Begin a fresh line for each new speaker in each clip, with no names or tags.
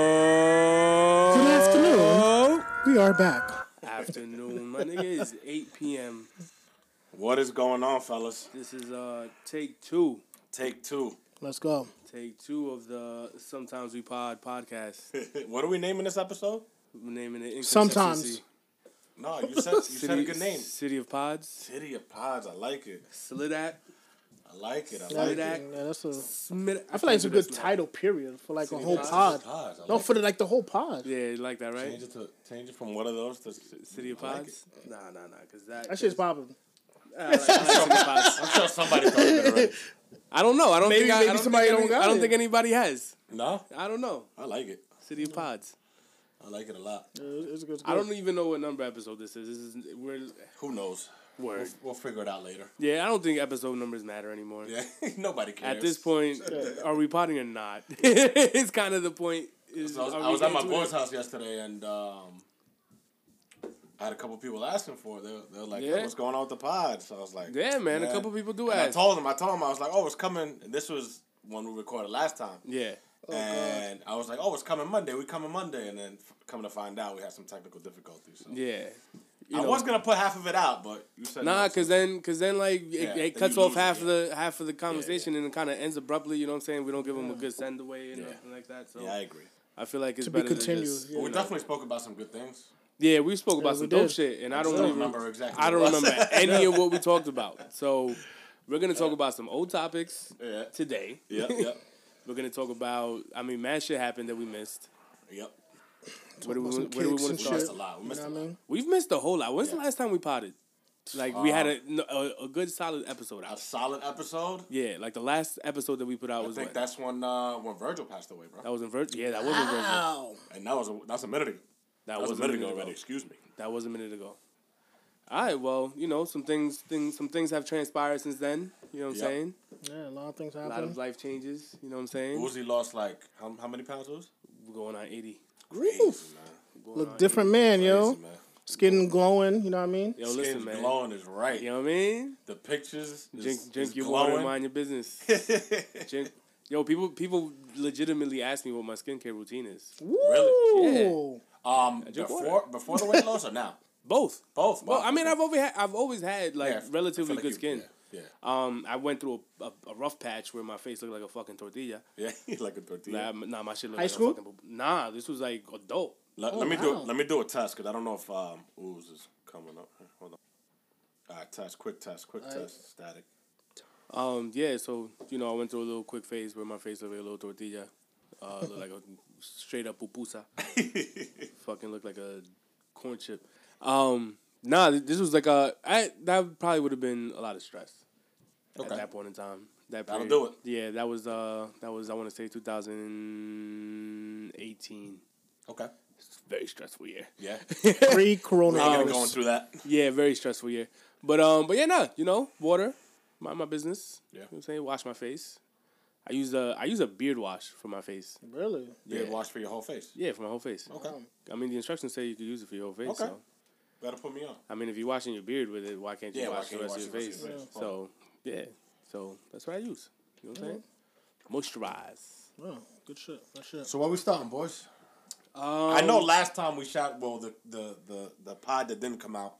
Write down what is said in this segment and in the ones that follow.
Yeah.
Good afternoon. We are back.
Afternoon, my nigga. It's 8 p.m.
What is going on, fellas?
This is uh take two.
Take two.
Let's go.
Take two of the Sometimes We Pod podcast.
what are we naming this episode?
We're naming it
Sometimes.
No, you said you said a good name.
City of Pods.
City of Pods. I like it.
Slidat.
I like it. I
Yeah,
like it.
that.
that's a,
Smith.
I feel like it's a
can't do
good
this, man.
title period for like a
City
whole
Pods.
pod.
Pods. I
No,
like
for the, like the whole pod.
Yeah, you like that,
it.
right?
Change it to change it from one of those to
City of
I like
Pods. nah, nah, nah. Cause that.
That shit's popping.
I like- I like City of Pods.
it. I'm sure somebody thought of it already.
I don't know. I don't
Maybe-
think. I, I
maybe
don't
somebody
think
don't
any-
got
I don't
it.
think anybody has.
No,
I don't know.
I like it.
City of Pods.
I like it a lot.
Yeah, it's- it's good, it's
I
good.
don't even know what number episode this is. This is we're
Who knows?
word.
We'll figure it out later.
Yeah, I don't think episode numbers matter anymore.
Yeah, nobody cares.
At this point, are we potting or not? it's kind of the point. Is,
So I was,
are
I
we
was at my
into it?
boy's house yesterday, and um, I had a couple people asking for it. They were, they were like,
Yeah.
"What's going on with the pod?" So I was like,
Yeah, man. A
Yeah.
couple people do
And I
ask.
told him, I told him, I was like, oh, it's coming. And this was when we recorded last time.
yeah,
and I was like, oh, it's coming Monday. We coming Monday. And then f- coming to find out, we had some technical difficulties. So.
yeah. You
I
know.
was going to put half of it out, but you said
Nah,
no, so-
cause then, cause then, like it,
Yeah,
it
then
cuts
you
off
lose it,
half of
yeah.
the half of the conversation and it kind of ends abruptly. You know what I'm saying? We don't give them a good send away and
Yeah.
nothing like that. So
Yeah, I agree.
I feel like it's
To be
better to
continued.
just-
yeah.
But we definitely spoke about some good things.
Yeah, we spoke about
we
some dope
did.
shit, and I
I
don't
don't
even-
remember exactly.
I don't
what it was.
remember any of what we talked about. So we're gonna talk about some old topics
Yeah.
today.
yep, yep,
We're gonna talk about. I mean, mad shit happened that we missed.
yep.
What do we,
about some
what do we
kicks
want
and
to
We
start?
shit.
missed a lot. We
You
missed
know
a
what I
lot.
mean?
We've missed a whole lot. When's the
Yeah.
last time we potted? Like we had a, no, a a good solid episode
A
out.
solid episode.
Yeah, like the last episode that we put out
I
was
think
when?
that's when uh, when Virgil passed away, bro.
that was in Vir- Yeah, that was
Ah!
in Virgil.
Wow.
And that was a, that's a minute ago.
That
That
was a minute ago.
already. Excuse me.
That was a minute ago. All right, well, you know, some things, things, some things have transpired since then. You know what I'm
Yep.
saying?
Yeah, a lot of things
A lot of
happen.
life changes. You know what I'm saying?
Uzi lost like how, how many pounds was?
We're going on 80.
Oof.
We're going on
Look different man,
80,
yo.
Crazy, man.
Skin glowing, you know what I mean?
80. Yo,
Skin's
listen, man.
glowing is right.
You know what I mean?
The pictures. Is,
Drink,
is
drink your
glowing.
water, mind your business. drink. Yo, people, people legitimately ask me what my skincare routine is.
Woo!
Really?
um,
drink
before
water.
before the weight loss or now?
Both.
Both.
Well,
Wow.
I mean, I've always had, I've always had like
Yeah, I feel
relatively
like
good
you-
skin.
Yeah.
Um, I went through a, a, a rough patch where my face looked like a fucking tortilla.
Yeah. yeah like a tortilla.
Nah, m- nah, my shit looked
High
like
school?
a fucking. Nah, this was like adult.
let,
Oh,
let me
wow.
do let me do a test because I don't know if um ooze is coming up. Here, Hold on. All right, test, quick test, quick
All right.
test, static.
Um, yeah, so you know, I went through a little quick phase where my face looked like a little tortilla, uh, looked like a straight up pupusa. Fucking looked like a corn chip. Um, nah, th- this was like a I that probably would have been a lot of stress
Okay.
at that point in time. That
That'll
period.
do it.
Yeah, that was uh that was I want to say 2018.
Okay.
It's a very stressful year.
Yeah.
Pre
We're going
coronavirus.
through that.
Yeah, very stressful year. But um, but yeah, nah, you know, water, mind my business. you
Yeah.
know what I'm saying wash my face. I use a I use a beard wash for my face.
Really?
Beard
Yeah.
wash for your whole face.
Yeah, for my whole face.
Okay.
I mean, the instructions say you could use it for your whole face.
Okay.
So
Better put me on.
I mean, if you're washing your beard with it, why can't you
Yeah, why
wash
can't
the
you
rest
wash
of
the
your
rest
face?
of your face?
So yeah, so that's what I use. You know what I'm saying? Moisturize.
Oh, good shit. That shit.
So where we starting, boys?
Um,
I know last time we shot well the the the, the pod that didn't come out,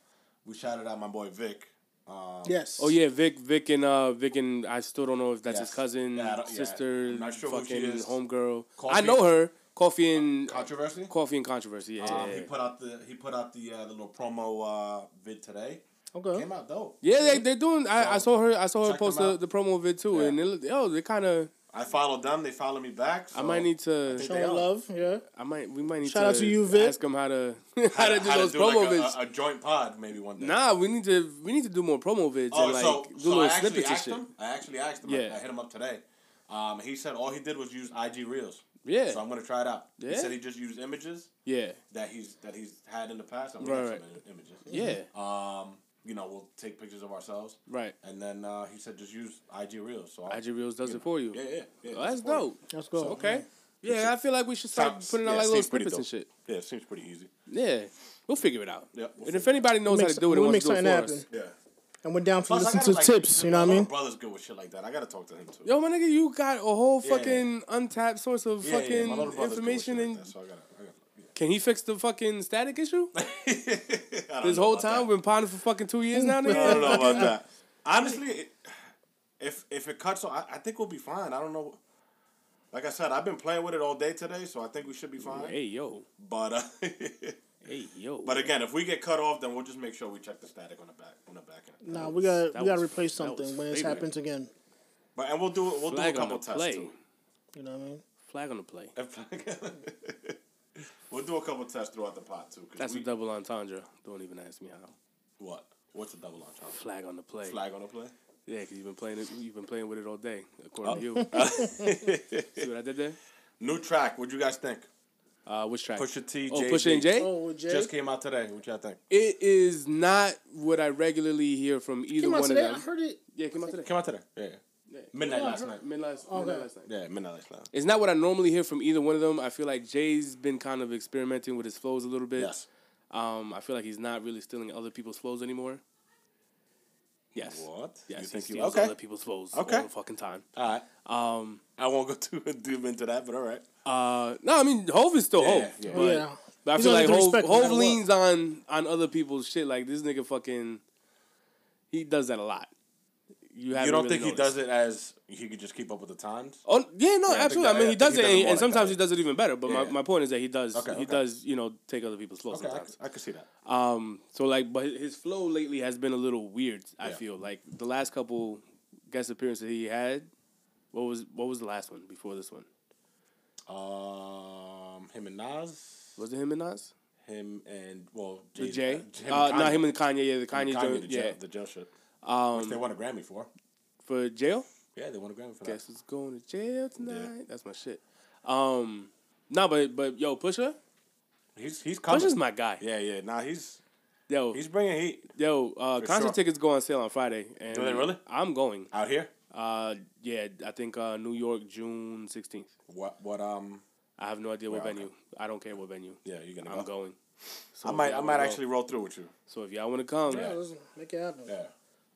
we shouted out my boy Vic. Um,
Yes.
Oh yeah, Vic, Vic, and uh, Vic, and I still don't know if that's his
Yes.
cousin,
Yeah, I don't- yeah.
sister,
I'm not sure who she
fucking
is.
homegirl. I
Coffee- Uh,
know her. Coffee and
Controversy.
coffee and controversy. Yeah,
Um,
yeah,
he
yeah.
put out the he put out the uh, the little promo uh, vid today.
Okay.
Came out dope.
Yeah, they they're doing. I, I
So,
saw her. I saw her
check
post
them
the,
out.
the promo vid too,
Yeah.
and it, look- yo, they kind of.
I followed them. They followed me back. So
I might need to.
think-
Showing
They are.
love, yeah.
I might. We might need
Shout
to,
out to you, Vic.
ask them how to how, to do those
like,
promo
a-
vids.
a, a joint pod maybe one day.
nah, we need to we need to do more promo vids
Oh,
and like
so,
do
so
little
I actually
snippets and
asked
shit.
him. I actually asked him.
Yeah.
I, I hit him up today. Um, he said all he did was use IG Reels.
Yeah.
So I'm gonna try it out. He
Yeah.
said he just used images
Yeah,
that he's that he's had in the past. I'm gonna
Right, right.
have some im- images.
yeah,
Um, you know, we'll take pictures of ourselves,
right.
and then uh, he said just use IG Reels. So I'll-
IG Reels does
you
it for you.
know, Yeah, yeah, yeah.
Well, Oh, that's
for you.
dope. Oh,
Let's go.
Okay. Yeah, I feel like we should start
Sounds-
putting out
yeah,
like little
seems pretty
snippets and shit.
Yeah, it seems pretty easy.
Yeah, we'll figure it out.
Yeah, we'll
and if
figure it
anybody knows how
Make
to do it,
some-
and
we'll
wants to
make
do it for
something
us.
happen.
Yeah.
and went down for
Plus, I
listen
gotta,
to
like,
tips. You know what I
my little
mean?
Brother's good with shit like that. I gotta talk to him too.
Yo, my nigga, you got a whole
Yeah.
fucking untapped source of
Yeah, yeah,
fucking
my little brother's good with
information.
shit
And
like that, so I gotta- I gotta-
can he fix the fucking static issue?
yeah. I don't
this
know
whole
about
time
that.
we've been pounding for fucking two years now, nigga.
I don't know about that. Honestly, it, if if it cuts, off, I, I think we'll be fine. I don't know. Like I said, I've been playing with it all day today, so I think we should be fine.
Hey yo,
But uh,
hey yo.
but again, if we get cut off, then we'll just make sure we check the static on the back on the back end.
Nah, we got
that
we got to
was-
replace
that was
something when this
favorite.
happens again.
But and we'll do it. We'll do a
Flag on
couple
the
tests
play.
too.
You know what I mean?
Flag on the play.
we'll do a couple tests throughout the pot too. 'cause
That's
we,
a double entendre. Don't even ask me how.
what? What's a double entendre?
Flag on the play.
Flag on the play.
Yeah, because you've been playing it. You've been playing with it all day, according to you.
Oh.
See what I did there?
New track. What you guys think?
Uh, which track?
Pusha T,
Oh,
Jay-Z.
Pusha and Jay.
Oh, with Jay.
Just came out today. What y'all think?
It is not what I regularly hear from either
Came out
one
today.
of
I
them.
heard it.
Yeah, it came out today.
Came out today. Yeah. Midnight
Yeah, I
last
heard-
night.
Midnight last,
Oh,
midnight last night.
Yeah, midnight last night.
It's not what I normally hear from either one of them. I feel like Jay's been kind of experimenting with his flows a little bit.
Yes.
Um, I feel like he's not really stealing other people's flows anymore. Yes.
What?
Yes,
You
he
think you
steals
okay?
other people's flows
Okay.
all the fucking time.
All right.
Um,
I won't go too deep into that, but all right.
uh, no, I mean Hove is still
Yeah,
Hove,
yeah.
but
yeah.
but I
He's
feel
gonna
like
get the
Hove,
respect no
Hove
matter what.
leans on on other people's shit. Like this nigga fucking, he does that a lot. You,
You
haven't
don't
really
think he
noticed.
does it as he could just keep up with the times?
Oh yeah, no,
Yeah, I think
absolutely. I,
that-
mean,
I
he
think
does
he
it,
does it
and,
more
and
like
sometimes
that.
he does it even better. But
Yeah,
my,
yeah.
my point is that he does
Okay,
he
okay.
does you know take other people's flow
Okay, I,
sometimes.
I could see that.
Um, so like, but his flow lately has been a little weird. I
Yeah.
feel like the last couple guest appearances he had, what was what was the last one before this one?
Um, him and Nas,
Was it him and Nas?
him and well,
The
Jay,
Jay?
uh, him
Uh,
and
not
Kanye.
him and Kanye. Yeah, the Kanye,
Kanye,
joint,
the,
yeah,
jail, the jail shit, um, which they won a Grammy for.
for jail.
Yeah, they won a Grammy for
Guess who's going to jail tonight?
Yeah.
That's my shit. Um, no, but but yo, Pusha,
that. He's he's coming.
Pusha's my guy.
yeah, yeah. Nah, he's
Yo,
he's bringing heat
Yo, uh, concert
sure.
tickets go on sale on Friday. And
Do they really?
I'm going.
out here.
Uh, yeah, I think uh, New York, June sixteenth.
What what um?
I have no idea what
Wow, okay.
venue. I don't care what venue.
Yeah, you're gonna
I'm
go.
going. So
I
if
might
y'all
I
wanna
might
go-
actually roll through with you.
So if y'all want to come,
Yeah, listen, make it happen.
Yeah.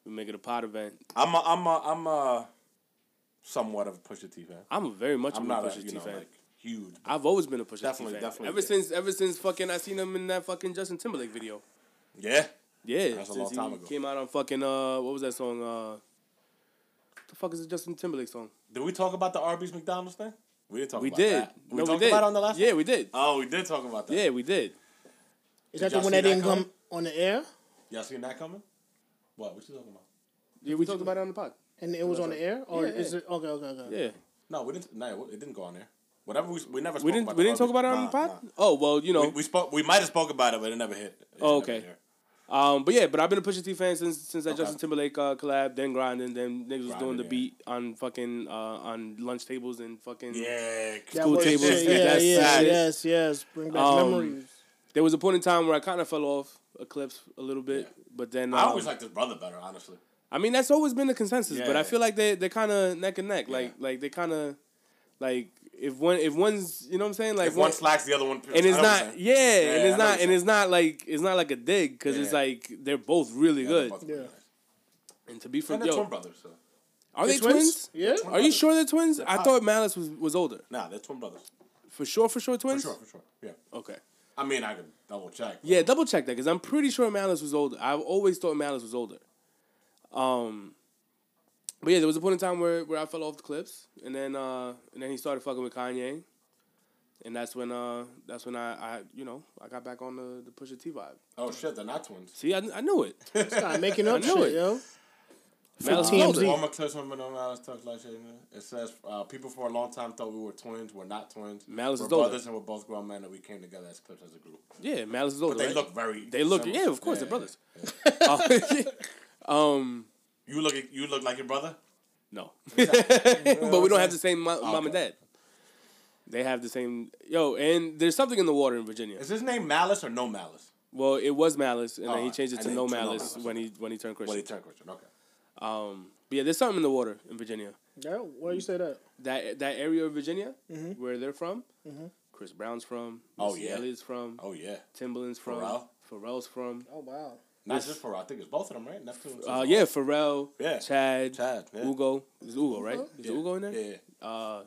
we make it a pot event.
I'm a, I'm a, I'm a somewhat of a Pusha T fan.
I'm a very much
I'm
a
not
Pusha
a
T
you know
fan.
like huge.
I've always been a Pusha
Definitely,
T fan.
definitely,
Ever
yeah.
since, ever since fucking I seen him in that fucking Justin Timberlake video.
Yeah.
Yeah,
That's a
since
long
he
time ago.
Came out on fucking uh, what was that song? Uh, the fuck is the Justin Timberlake song?
Did we talk about the Arby's McDonald's thing? We didn't talk
We
about
did.
that. We
no,
talked
we did.
about it on the last
Yeah, we did.
Oh, we did talk about that.
Yeah, we did.
Is that
y'all
the one
see
that
that
didn't
coming?
come on the air?
Y'all seen that coming? What? What you talking about?
Yeah, we talked about it on the pod.
And it was on the air, or
Yeah, yeah.
is it okay? Okay, okay.
Yeah,
No, we didn't. No, it didn't go on there. Whatever we we never.
we
spoke
didn't.
About
We
the
didn't talk
Arby's-
about it on the
nah,
pod. Oh well, you know.
nah. We, we spoke. We might have spoke about it, but it never hit. It
Oh,
never
okay.
hit.
um, but yeah, but I've been a Pusha T fan since since that
Okay.
Justin Timberlake uh, collab. Then grinding. Then niggas was doing
Grindin',
the
yeah.
beat on fucking uh, on lunch tables and fucking.
Yeah.
That
School
was
tables,
shit. Yeah,
that's
yeah,
sad.
yes, yes. Bring back
Um,
memories.
There was a point in time where I kind of fell off Eclipse a little bit, but then um,
I
I
always liked his brother better, honestly.
mean, that's always been the consensus. But
Yeah.
I feel like they they kind of neck and neck. Like like they kind of like if one if one's you know what I'm saying like
If one
one-
slacks, the other one. picks.
and
I
it's
know
not
what you're saying.
yeah,
I
and
know
it's
what
not
you're
and it's not like it's not like a dig because it's
Yeah.
like they're both really
Yeah,
good
they're both
Yeah.
nice.
and to be
And
from
they're twin
yo
brothers. So.
are they
The
twins?
Yeah.
twin
Are you
brothers.
sure they're twins? I
pop.
thought Malice was, was older.
Nah, they're twin brothers.
For sure, for sure,
For
twins.
sure, for sure. Yeah.
Okay.
I mean, I could double check.
Yeah, double check that because I'm pretty sure Malice was older. I've always thought Malice was older. Um, but yeah, there was a point in time where, where I fell off the cliffs, and then uh, and then he started fucking with Kanye, and that's when uh that's when I, I you know I got back on the the Pusha T vibe.
Oh shit, they're not twins.
See, I, I knew it.
Stop making up
I know
shit,
it.
yo.
Malice
TMZ.
was older.
All my clips from Manila Malice talks like shit. man. It says uh, people for a long time thought we were twins. We're not twins.
Malice
we're
is older.
brothers, and we're both grown men, and we came together as clips as a group.
Yeah, Malice is older.
But they
right?
look very.
They look.
similar.
Yeah, of course, they're brothers. Oh, um,
You look. You look like your brother.
no, but we don't have the same mo- mom and
Oh, Okay.
dad. They have the same yo, and there's something in the water in Virginia.
Is his name Malice or No Malice?
Well, it was Malice, and then he
Alright,
changed it
Oh, and
to
then
No
to No
Malice
Malice,
when he when he turned
Well,
Christian.
he turned Christian. Okay.
Um, but yeah, there's something in the water in Virginia.
Yeah, why you say that?
That that area of Virginia where they're from. Chris Brown's from.
Mm-hmm. Oh,
Missy
yeah.
Elliott's from.
Oh yeah.
Timbaland's from.
Pharrell?
Pharrell's from.
Oh wow.
Not just Pharrell. I think it's both of them, right? Neptune.
Uh, yeah, Pharrell,
Yeah.
Chad,
Chad, yeah.
Ugo. Is Ugo right? Is Ugo in there?
Yeah, yeah.
Uh,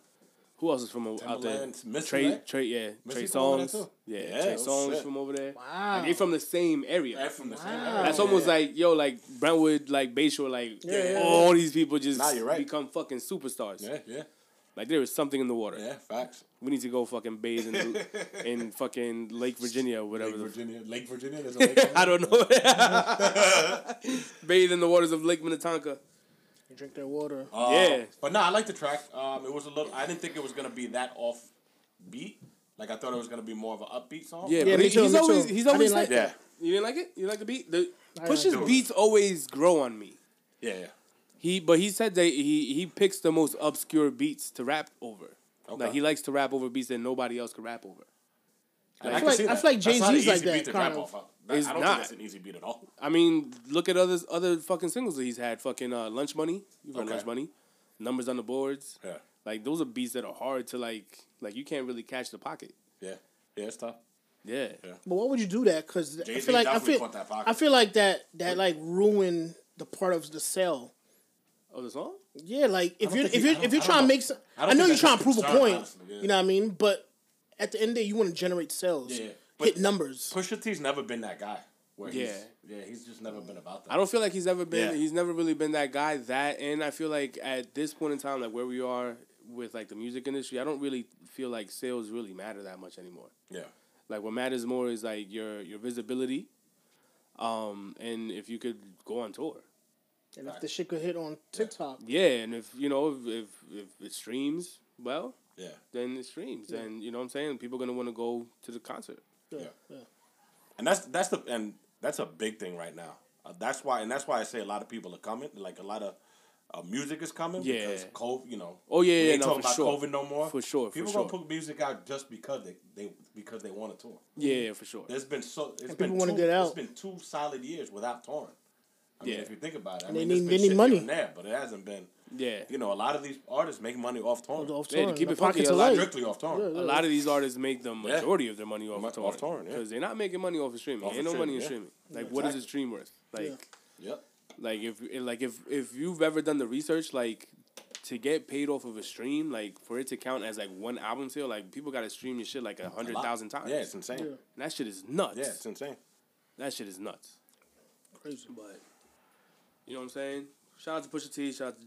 who else is from o- out there?
Timbaland, Missy,
Trey,
right?
Trey, yeah,
Missy
Trey
from over there
Songs,
too?
yeah,
Yeah,
Trey
oh
Songs
shit.
from over there.
Wow.
Like, they from the same area.
They're from the same
Wow.
area.
That's
Yeah,
almost
yeah.
like yo, like Brentwood, like Bayshore, like
Oh, Yeah, yeah,
all these people just
Nah, you're right.
become fucking superstars.
Yeah, yeah,
Like there is something in the water.
yeah. Facts.
We need to go fucking bathe in, the- in fucking Lake Virginia or whatever.
Lake
the
Virginia. Lake Virginia. There's a lake.
f- I don't know. bathe in the waters of Lake Minnetonka.
You drink their water.
Uh,
Yeah.
But no, I like the track. Um, it was a little. I didn't think it was gonna be that off beat. Like I thought it was gonna be more of an upbeat song.
Yeah,
Yeah,
but
me
he-
too,
he's
me
always
too.
he's
I
always like
didn't like
that.
that.
You didn't like it? You like the beat? The
I
Push's
like it.
beats always grow on me.
yeah, yeah.
He but he said that he he picks the most obscure beats to rap over. Like
Okay.
he likes to rap over beats that nobody else could rap over.
And
I feel like- I feel like
That's not an
Jay-Z's like
easy
that,
beat to
kind
rap
of.
off of. That-
It's
I don't
not.
think that's an easy beat at all.
I mean, look at others other fucking singles that he's had. Fucking uh, Lunch Money. You've heard
Okay.
Lunch Money. Numbers on the boards.
Yeah,
Like those are beats that are hard to like like you can't really catch the pocket.
yeah, yeah. It's tough.
Yeah.
Yeah.
But why would you do that? Because I
Jay-Z
feel like I
definitely
feel
caught that pocket.
I feel like that that like ruined the part of the sale.
Oh, the song?
Yeah, like if
don't
you're
think he-
if you're
I
if
don't-
you're
I
trying to
don't
make,
know.
some,
I don't
I know you're
think
trying
that's
to prove a
concern,
point.
honestly, yeah.
You know what I mean? But at the end of the day, you want to generate sales,
Yeah, yeah.
hit
But-
numbers.
Pusha T's never been that guy. Where he's,
Yeah.
yeah, he's just never been about that.
I don't feel like he's ever been.
Yeah.
He's never really been that guy. That and I feel like at this point in time, like where we are with like the music industry, I don't really feel like sales really matter that much anymore.
yeah,
Like what matters more is like your your visibility, um, and if you could go on tour.
And if the shit could hit on TikTok,
Yeah, and if you know if if, if it streams well,
yeah.
then it streams, and you know what I'm saying. People gonna want to go to the concert.
yeah,
Yeah.
yeah.
and that's that's the and that's a big thing right now. Uh, that's why and that's why I say a lot of people are coming. Like a lot of uh, music is coming
Yeah.
because COVID. You know.
Oh, yeah,
we
yeah,
ain't
no,
talking
for
about
sure.
COVID no more.
For sure, for
People
sure.
gonna put music out just because they, they because they want to tour.
Yeah, yeah, for sure.
There's been so it's
people
been
wanna
two,
get out.
It's been two solid years without touring. I mean,
Yeah.
if you think about it, I
they
mean, there's
need-
been
they need
shit
money.
here and there, but it hasn't been.
Yeah,
You know, a lot of these artists make money off touring,
Off
Yeah, to
touring,
keep
the
it funky,
pockets
a
are
lot-
light.
strictly off touring.
a lot of these artists make the
Yeah.
majority of their money off
Mo-
of touring
off touring, yeah.
because they're not making money off of streaming.
Off of
Ain't no money
streaming,
in
yeah.
streaming. Like, what is a
exactly.
stream worth? Like,
Yep.
like if like if if you've ever done the research, like to get paid off of a stream, like for it to count as like one album sale, like people got to stream your shit like a
A
hundred
lot.
thousand times.
Yeah, it's insane.
Yeah.
And that shit is nuts.
Yeah, it's insane.
That shit is nuts.
Crazy.
But you know what I'm saying? Shout out to Pusha T. Shout out to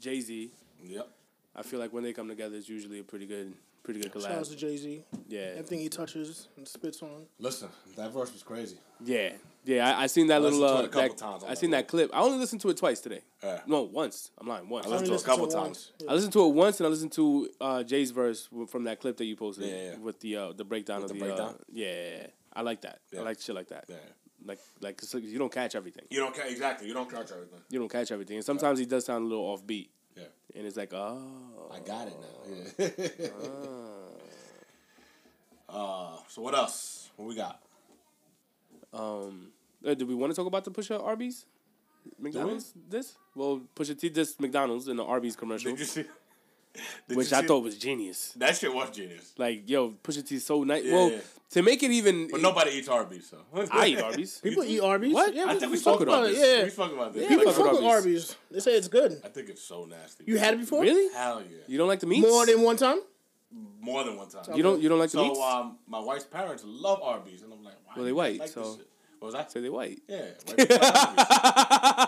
Jay Z.
Yep.
I feel like when they come together, it's usually a pretty good, pretty good
Shout out
collab.
to Jay Z.
Yeah,
Everything he touches and spits on.
Listen, that verse was crazy.
Yeah, yeah. I, I seen that
listened
little.
to it
Uh,
a couple
that,
times on
I
that
seen
one.
that clip. I only listened to it twice today.
Yeah.
No, once. I'm lying. Once. I
I
listened,
listened
only
to it
listened to
a couple
it
times.
to it once, and I listened to uh, Jay's verse w- from that clip that you posted
Yeah, yeah, yeah.
with the uh, the breakdown
With
of the.
the
Uh,
breakdown?
yeah, yeah, yeah. I like that. I
Yeah.
like shit like that.
Yeah.
Like like 'cause you don't catch everything.
You don't ca- exactly. You don't catch everything.
You don't catch everything, and sometimes he does sound a little offbeat,
Yeah.
and it's like oh.
I got it now. Yeah. uh, so what else? What we got?
Uh, do we want to talk about the Pusha Arby's? McDonald's this? Well, Pusha T dissed McDonald's in the Arby's commercial,
Did you see? Did
which
you
I
see-
thought was genius.
that shit was genius.
Like, yo, Pusha T's so nice. well,
yeah.
to make it even,
But nobody eats Arby's, so
I eat Arby's.
People eat Arby's.
What? I
Yeah,
I
we,
think
we
we
spoke
spoke
about
about
it.
this.
Yeah,
We spoke about this.
yeah,
Like,
we
spoke
fuck with
about Arby's.
Arby's. They say it's good.
I think it's so nasty.
You had it before?
really?
Hell yeah.
You don't like the meats?
More than one time?
More than one time.
you don't. You don't like the meats?
so um, my wife's parents love Arby's, and I'm like, why?
Well, they
do you
white,
like this
so-
shit? What was I?
Say they white.
Yeah, white people like Arby's.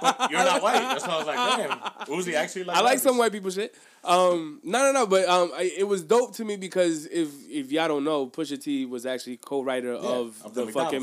but you're not white. That's why I was like, damn, Uzi actually like.
I like
Arby's.
some white people shit. Um, no, no, no. But um, I, it was dope to me because if if y'all don't know, Pusha T was actually co-writer of,
of
the,
the
fucking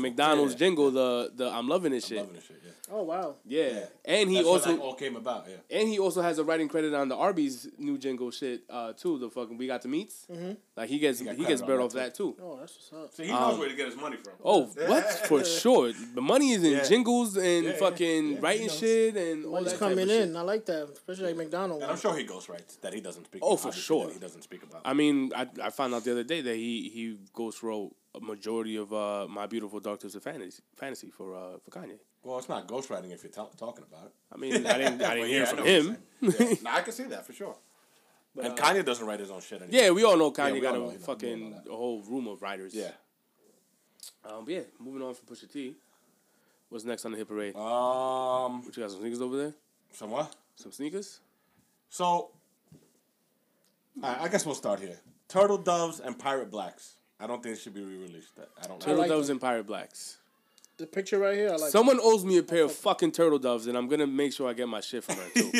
McDonald's
McDonald's. Yeah.
jingle, the the I'm loving this shit.
Loving this shit. Yeah.
Oh wow.
Yeah.
Yeah.
and he
That's
also
where that all came about. Yeah.
and he also has a writing credit on the Arby's new jingle shit uh, too. The fucking we got the meats.
Mm-hmm.
Like he gets he,
got
gets
credit on
bread
that,
off that too.
Oh, that's what's up.
So he knows where to get his money from.
Um, Oh, what for sure? The money is in
Yeah.
jingles and
Yeah, yeah,
fucking
yeah,
writing
you know.
shit and all
Money's
that coming
coming
type of
in.
Shit.
I like that, especially like McDonald's.
And I'm sure he ghostwrites that he doesn't speak.
Oh, for
obviously,
sure.
that He doesn't speak about.
I mean, I I found out the other day that he he ghost wrote a majority of uh my beautiful dark twisted fantasy fantasy for uh for Kanye.
well, it's not ghostwriting if you're ta- talking about it.
I mean, I didn't I
But
didn't
yeah,
hear
I
from
know what you're
him.
saying. Yeah. Nah, I can see that for sure. uh, and Kanye doesn't write his own shit anymore.
Yeah, we all know Kanye
we
got
all
a
know, we all know
fucking
that.
a whole room of writers.
Yeah.
Um, but yeah, moving on from Pusha T. What's next on the hit parade?
Um,
What you got some sneakers over there?
some what?
Some sneakers?
So, all right, I guess we'll start here. Turtle Doves and Pirate Blacks. I don't think it should be re-released. I- I don't.
Turtle
like
doves and pirate blacks.
The picture right here, I like.
Someone owes me a pair of fucking turtle doves, and I'm gonna make sure I get my shit from her too.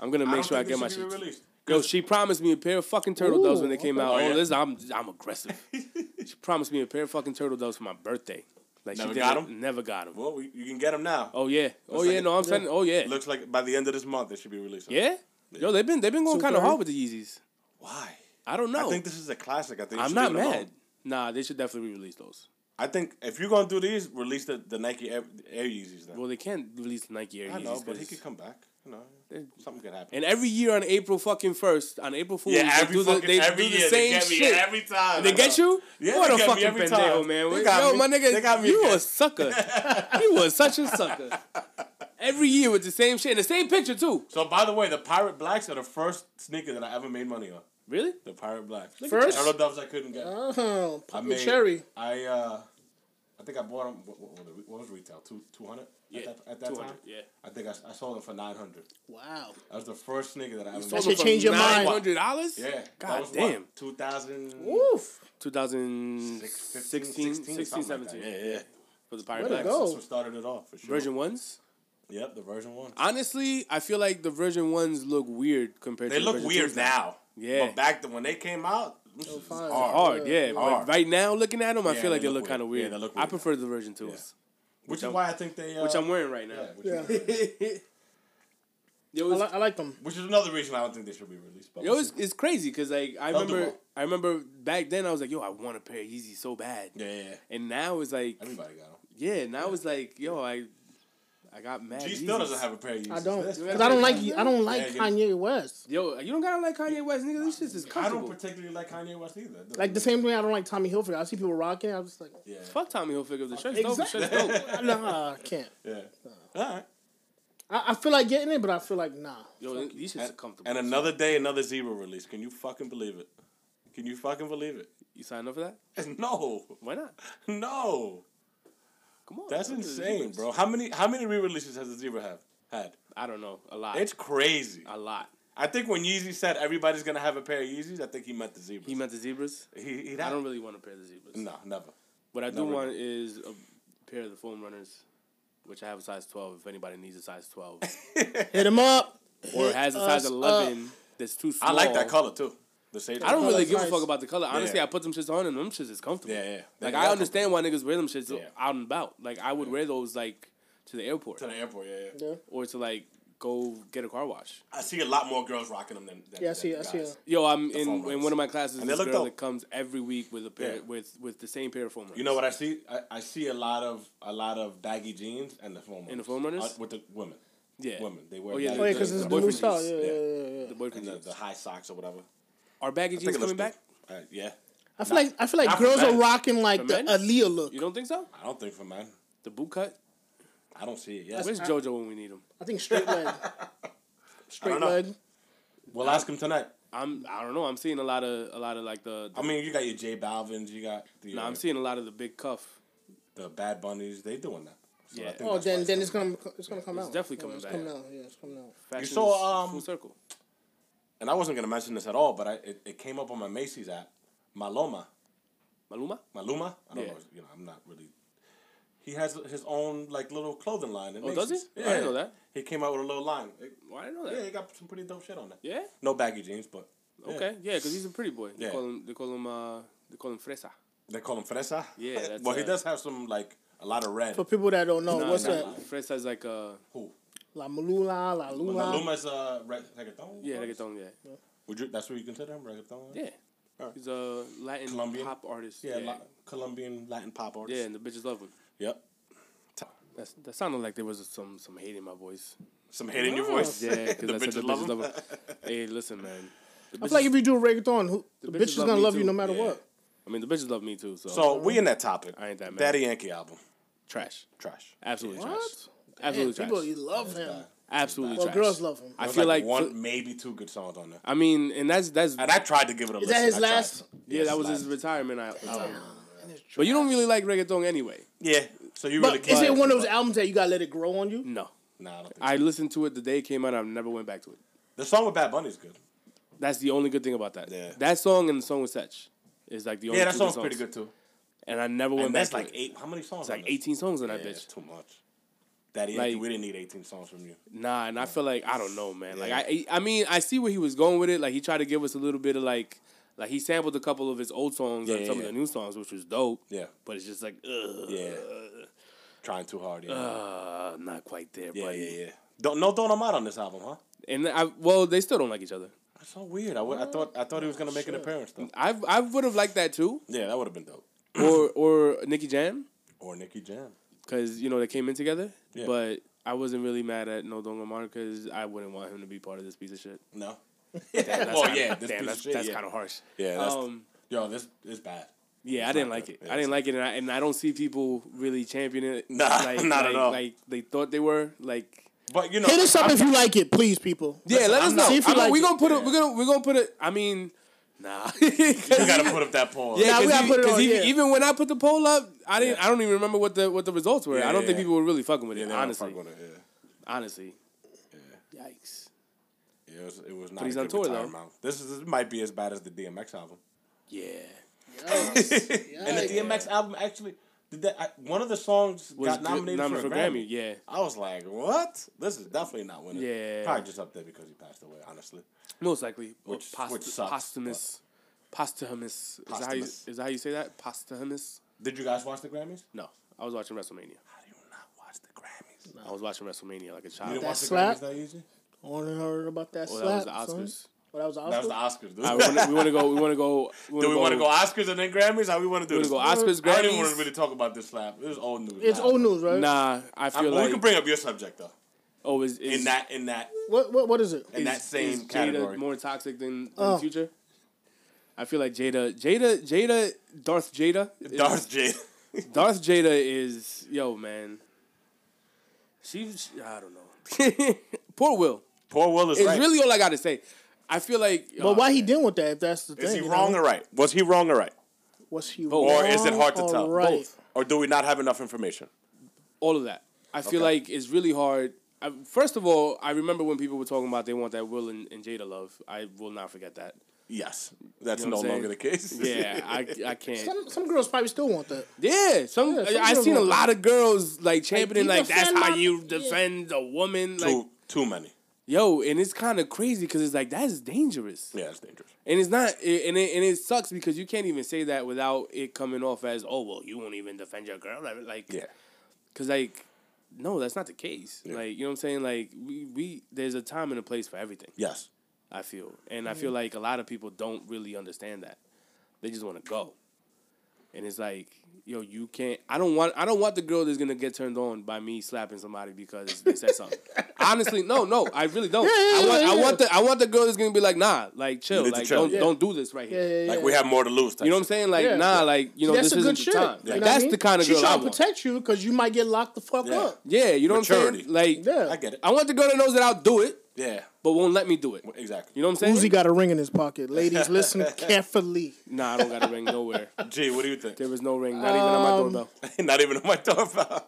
I'm gonna make
don't
sure I get
think they
my
should be
shit.
released.
Yo, she promised me a pair of fucking turtle doves when they
Ooh,
came out.
Oh,
Oh,
yeah?
this I'm I'm aggressive. she promised me a pair of fucking turtle doves for my birthday. Like
Never
she did
got 'em?
Never got them.
Well, we, you can get them now.
Oh yeah. Oh yeah.
like-
no, I'm sending. Oh yeah.
Looks like by the end of this month it should be released.
Yeah. Yo, they've been they've been going kind of
230?
hard with the Yeezys.
Why?
I don't know.
I think this is a classic. I think you
I'm
should
not
leave it alone.
mad. Nah, they should definitely re-release those.
I think if you're gonna do these, release the, the Nike Air, Air Yeezys. Then.
Well, they can't release the Nike Air
I
Yeezys.
know, but he
'cause-
could come back. You know, something could happen.
And every year on April fucking first, on April Fool's,
yeah,
they
every
do the,
fucking
they
every
do the
year
same
they get me
shit.
every time.
They
I
get
know.
you?
Yeah,
what
they
a
get me
fucking
every
pendejo,
time.
man.
They got
Yo,
me.
my nigga,
They got me
you
again.
a sucker. you was such a sucker. Every year with the same shit and the same picture too.
So by the way, the Pirate Blacks are the first sneaker that I ever made money on.
Really?
The Pirate Blacks.
at First? that.
Turtle Doves I couldn't get.
Oh,
I
purple
made
cherry.
I uh, I think I bought them. What, what, were the- what was retail? Two two hundred.
Yeah,
At that, at that
200,
time.
yeah.
I think I, I sold them for nine hundred.
Wow.
That was the first sneaker that I ever.
That
Made.
should change your mind.
Nine hundred dollars.
Yeah. that
God
was what,
damn.
2000.
Oof.
2016,
16, 16,
16,
17.
17
Yeah, yeah.
for the Pirate
Way to
Blacks.
go.
That's what started it off for sure.
Version ones.
Yep, the version one.
Honestly, I feel like the version ones look weird compared
They
to the
look
version
weird
twos
now.
Yeah.
But back then, when they came out, this was
fire.
hard.
Hard, yeah.
Hard.
But right now, looking at them, I
Yeah,
feel like
they
they
look
look kind of weird.
weird. Yeah, they look
I
weird.
prefer the version twos,
Which is why I think they. Uh,
which I'm wearing right now.
Yeah, which,
Yeah.
Is,
Yo,
I,
it's,
li- I like them.
which is another reason I don't think they should be released. But
yo, it's, it's crazy because like I
They'll do
remember,
well.
I remember back then I was like, yo, I want a pair of Yeezy so bad,
yeah, yeah, yeah.
and now it's like,
Everybody got them.
yeah, now it's like, yo, I, I got mad.
G still
Yeezys.
doesn't have a pair of Yeezys.
I don't.
That's-
'Cause I don't like. I don't like
Yeah,
Kanye West.
Yo, you don't gotta like Kanye West, nigga. This shit is
I don't
comfortable.
particularly like Kanye West either. It doesn't-
Like the same way I don't like Tommy Hilfiger. I see people rocking. it, I'm just like,
Yeah.
Fuck Tommy Hilfiger. The shirt's dope. The
exactly.
shirt's dope.
nah, I can't.
Yeah. All right.
I, I feel like getting it, but I feel like nah.
Yo, these shits are
And,
comfortable.
and another day, another zero release. Can you fucking believe it? Can you fucking believe it?
you signed up for that?
No,
Why not?
no,
Come on.
that's
look at the
insane,
Zebras.
bro. How many how many re-releases has the zebra have had?
I don't know. A lot.
It's crazy.
a lot.
I think when Yeezy said everybody's gonna have a pair of Yeezys, I think he meant the zebra.
He meant the zebras.
He, he
I don't really want a pair of the zebras.
No, never.
What I do
Not really.
want is a pair of the foam runners, which I have a size twelve. If anybody needs a size twelve,
Hit him up.
or has a size
us uh,
eleven that's too small.
I like that color too. The sage.
I don't
Color's
really give a
nice.
fuck about the color. Honestly,
Yeah.
I put them shits on and them shits is comfortable.
Yeah, yeah. They
Like
are
I understand why niggas wear them shits
Yeah.
out and about. Like I would wear those like to the airport
to the airport. Yeah, yeah.
Yeah.
or to like go get a car wash.
I see a lot more girls rocking them than, than
Yeah, I see-
than
I see
guys.
that.
Yo, I'm in,
foam
in
runners.
one of my classes.
And they
this
look
girl that
dope.
comes every week with a pair
Yeah.
with with the same pair of foam runners.
You know what I see? I, I see a lot of a lot of baggy jeans and the foam runners.
And the foam runners?
Uh, with the women.
Yeah.
Women, they wear
Oh yeah,
baggy
Oh yeah,
jeans.
because it's
The
the new
boyfriend
style.
jeans.
Yeah, yeah, yeah. yeah.
The boyfriend
and the,
jeans.
the high socks or whatever.
Are baggy
I think
jeans
it looks
coming back?
dope. Uh, yeah,
I feel like I feel like
Not for
girls are
men.
rocking like the
For men?
Aaliyah look.
You don't think so?
I don't think for men.
The boot cut.
I don't see it. yet.
Where's JoJo when we need him?
I think straight leg.
I
Straight
don't know.
leg.
We'll ask him tonight.
I'm I don't know. I'm seeing a lot of a lot of like the.
I mean, you got your J Balvin's, you got the
nah,
uh,
I'm seeing a lot of the big cuff.
the Bad Bunnies. They doing that. So I
Yeah.
think
Oh,
that's why
then
it's
then
coming.
it's gonna it's gonna come out.
definitely
Yeah,
coming
it's
back.
Coming out. Yeah, it's coming out.
Fashion
saw,
is full
um,
circle.
and I wasn't gonna mention this at all, but I it, it came up on my Macy's app. Maloma,
Maluma.
Maluma. I don't
Yeah.
know. You know, I'm not really. He has his own like little clothing line. at
Oh, does
Macy's.
he? I didn't know that.
He came out with a little line. It-
Why I know
yeah, he
that?
got some pretty dope shit on there.
Yeah.
No baggy jeans, but yeah.
Okay. Yeah, because he's a pretty boy. They
Yeah.
call him. They call him. Uh, they call him Fresa.
They call him fresa.
Yeah, that's,
well, he
uh,
does have some like a lot of red.
For people that don't know,
Nah,
what's
nah,
that?
nah. Fresa is like uh
Who?
La Malula, La Lula.
Maluma's uh, reg- reggaeton.
yeah reggaeton yeah
Would you? That's what you consider him reggaeton.
yeah.
Alright.
He's a Latin
Colombian?
pop artist.
Yeah,
Yeah.
La- Colombian Latin pop artist.
yeah, and the bitches love him.
Yep.
That's, that sounded like there was some some hate in my voice.
Some hate in your
Oh.
voice.
Yeah, because
The
I said the
bitches love
bitches
him?
love him. hey, listen, man. The
I feel like
bitches-
if you do a reggaeton, who, the,
bitches
bitch is
love
gonna
me
love you
too.
no matter
Yeah.
what.
I mean, the bitches love me too. So,
So we in that topic.
I ain't that mad.
Daddy Yankee album.
trash,
Trash.
absolutely
What?
trash,
Man,
absolutely trash,
people you love him.
absolutely
Well,
trash.
girls love him.
I
There's,
feel like,
one, maybe two good songs on there.
I mean, and that's that's
And I tried to give it a
Is
listen.
that his
I tried.
last?
yeah,
Yes,
that was
last.
his retirement al- album. But you don't really like reggaeton anyway.
Yeah. So you really
But is
can't.
it one of those albums that you gotta let it grow on you?
No,
Nah, I don't think so.
I listened to it the day it came out. I never went back to it.
the song with Bad Bunny's good.
That's the only good thing about that.
Yeah.
That song and the song with Setch is like the only
Yeah, that
two good
song's pretty good too.
And I never went
And
back.
that's
to
like
it.
eight. How many songs?
It's like
on this?
18 songs on that
Yeah, it's
bitch.
too much. Daddy,
Like-
we didn't need eighteen songs from you.
Nah, and I feel like I don't know, man. Like
Yeah.
I, I mean, I see where he was going with it. Like he tried to give us a little bit of like, like he sampled a couple of his old songs
Yeah,
and
yeah,
some
yeah.
of the new songs, which was dope.
Yeah,
But it's just like, ugh,
yeah. Trying too hard. Yeah,
uh, not quite there,
yeah,
buddy.
yeah, yeah. Don't no Don Amado on this album, huh?
And I, well, they still don't like each other.
That's so weird. I, would, I thought I thought he was
Oh,
gonna make an appearance though.
I, I would have liked that too,
Yeah, that would have been dope.
or or Nicki Jam,
Or Nicki Jam.
because you know they came in together.
Yeah.
But I wasn't really mad at No Donga Mar because I wouldn't want him to be part of this piece of shit.
No.
Damn,
Well,
kinda-
Oh, yeah, this
damn,
piece
that's,
of shit,
that's
yeah.
kind of harsh.
Yeah. That's,
Um,
yo, this is bad.
Yeah, I
It's
didn't
not
like
good.
it.
Yeah,
I
it's
didn't like it, and I, and I don't see people really championing it.
Nah,
like,
not at
like-
all.
Like they thought they were. Like
But you know,
Hit us up
I'm-
if you like it, please, people.
yeah, let
I'm
us
not-
know.
See if you
I'm not-
like
we
it.
gonna put it.
Yeah.
We're gonna we're gonna put it. I mean, nah.
you gotta put up that pause.
Yeah,
Nah, we
because
gotta put it on,
even,
yeah.
when I put the poll up, I didn't.
Yeah.
I don't even remember what the what the results were.
Yeah,
I don't
yeah,
think
yeah.
people were really fucking with
Yeah,
it.
they don't
honestly,
fuck with it, yeah.
honestly, yikes.
Yeah, it was, it was not.
he's
a
on
good
tour,
retirement
though.
album. This is this might be as bad as the DMX album.
Yeah,
oh,
And the
Yikes.
DMX album actually did that. I, one of the songs
was
got nominated for, a Grammy.
Yeah,
I was like, what? This is definitely not winning.
Yeah.
probably just up there because he passed away. Honestly,
most likely. Or
Which- which sucks,
posthumous, posthumous. Is that, how you,
Posthumous.
is that how you say that? Posthumous.
did you guys watch the Grammys?
No, I was watching WrestleMania.
How do you not watch the Grammys?
I was watching WrestleMania like a
You
child.
didn't
That
watch the
slap?
Grammys that usually?
Only heard about that
Oh,
slap.
that was the
son.
Oscars.
Oh, that was the Oscars.
That was the Oscars. Dude.
All right, we wanna- we want to go. We want to go.
do we want to go Oscars and then Grammys? How we want to do
We
this?
wanna go Oscars,
I don't even want
Grammys.
to really talk about this slap. It was old news.
it's
now.
old news, right?
Nah, I
I'm-
feel
we can
like
bring up your subject though.
oh, is, is
In that, in that,
What what what is it?
in that
is-
same
is Jada
category.
more toxic than, than
Oh.
Future? I feel like Jada, Jada, Jada, Darth Jada, is-
Darth Jada.
Darth Jada is yo man. She, she I don't know. Poor Will.
Poor Will is
It's
right.
really all I gotta say. I feel like.
But why he dealing with that? If that's the thing,
Is he
you
wrong
know?
or right? Was he wrong or right?
was he
Both.
wrong
Or is it hard to
or
tell?
Right?
Both.
Or do we not have enough information?
all of that. I feel
Okay.
like it's really hard. I, first of all, I remember when people were talking about they want that Will and, and Jada love. I will not forget that.
Yes. That's
You know
no
what I'm
longer the
saying?
case.
Yeah, I, I can't.
Some some girls probably still want that.
yeah, some,
Yeah, some
I, I
girls
seen a
want
lot of girls like championing
you
like, that's
defend
how
my-
you
yeah.
defend a woman
too,
like
too many.
yo, and it's kind of crazy because it's like that's dangerous
Yeah, it's dangerous.
and it's not it, and it and it sucks because you can't even say that without it coming off as oh well you won't even defend your girl like
Yeah.
Cause like, no, that's not the case.
Yeah.
Like, you know what I'm saying? Like, we, we there's a time and a place for everything.
Yes.
I feel, and I feel like a lot of people don't really understand that. They just want to go, and it's like, yo, you can't. I don't want. I don't want the girl that's gonna get turned on by me slapping somebody because they said something. Honestly, no, no, I really don't.
Yeah,
I
yeah,
want.
yeah,
I
yeah.
want the. I want the girl that's gonna be like, nah, like chill,
need to
like
chill.
don't
Yeah.
don't do this right
Yeah,
here.
yeah, yeah.
Like we have more to lose.
You know what I'm saying? Like,
Yeah.
nah, like you know,
Eh, that's
this
a
isn't
good
the
shit.
time.
You know
Like,
what I
that's
mean?
the kind of
She
girl I
trying to
want.
protect you because you might get locked the fuck
Yeah.
up.
Yeah, you know
Maturity.
what I'm saying? Like,
Yeah.
I get it.
I want the girl that knows that I'll do it,
Yeah.
but won't let me do it.
Exactly.
You know what I'm saying?
Uzi got a ring in his pocket. Ladies, listen carefully.
Nah, I don't got a ring nowhere.
Gee, what do you think?
There was no ring, not even on
Um,
my doorbell.
not even on my doorbell.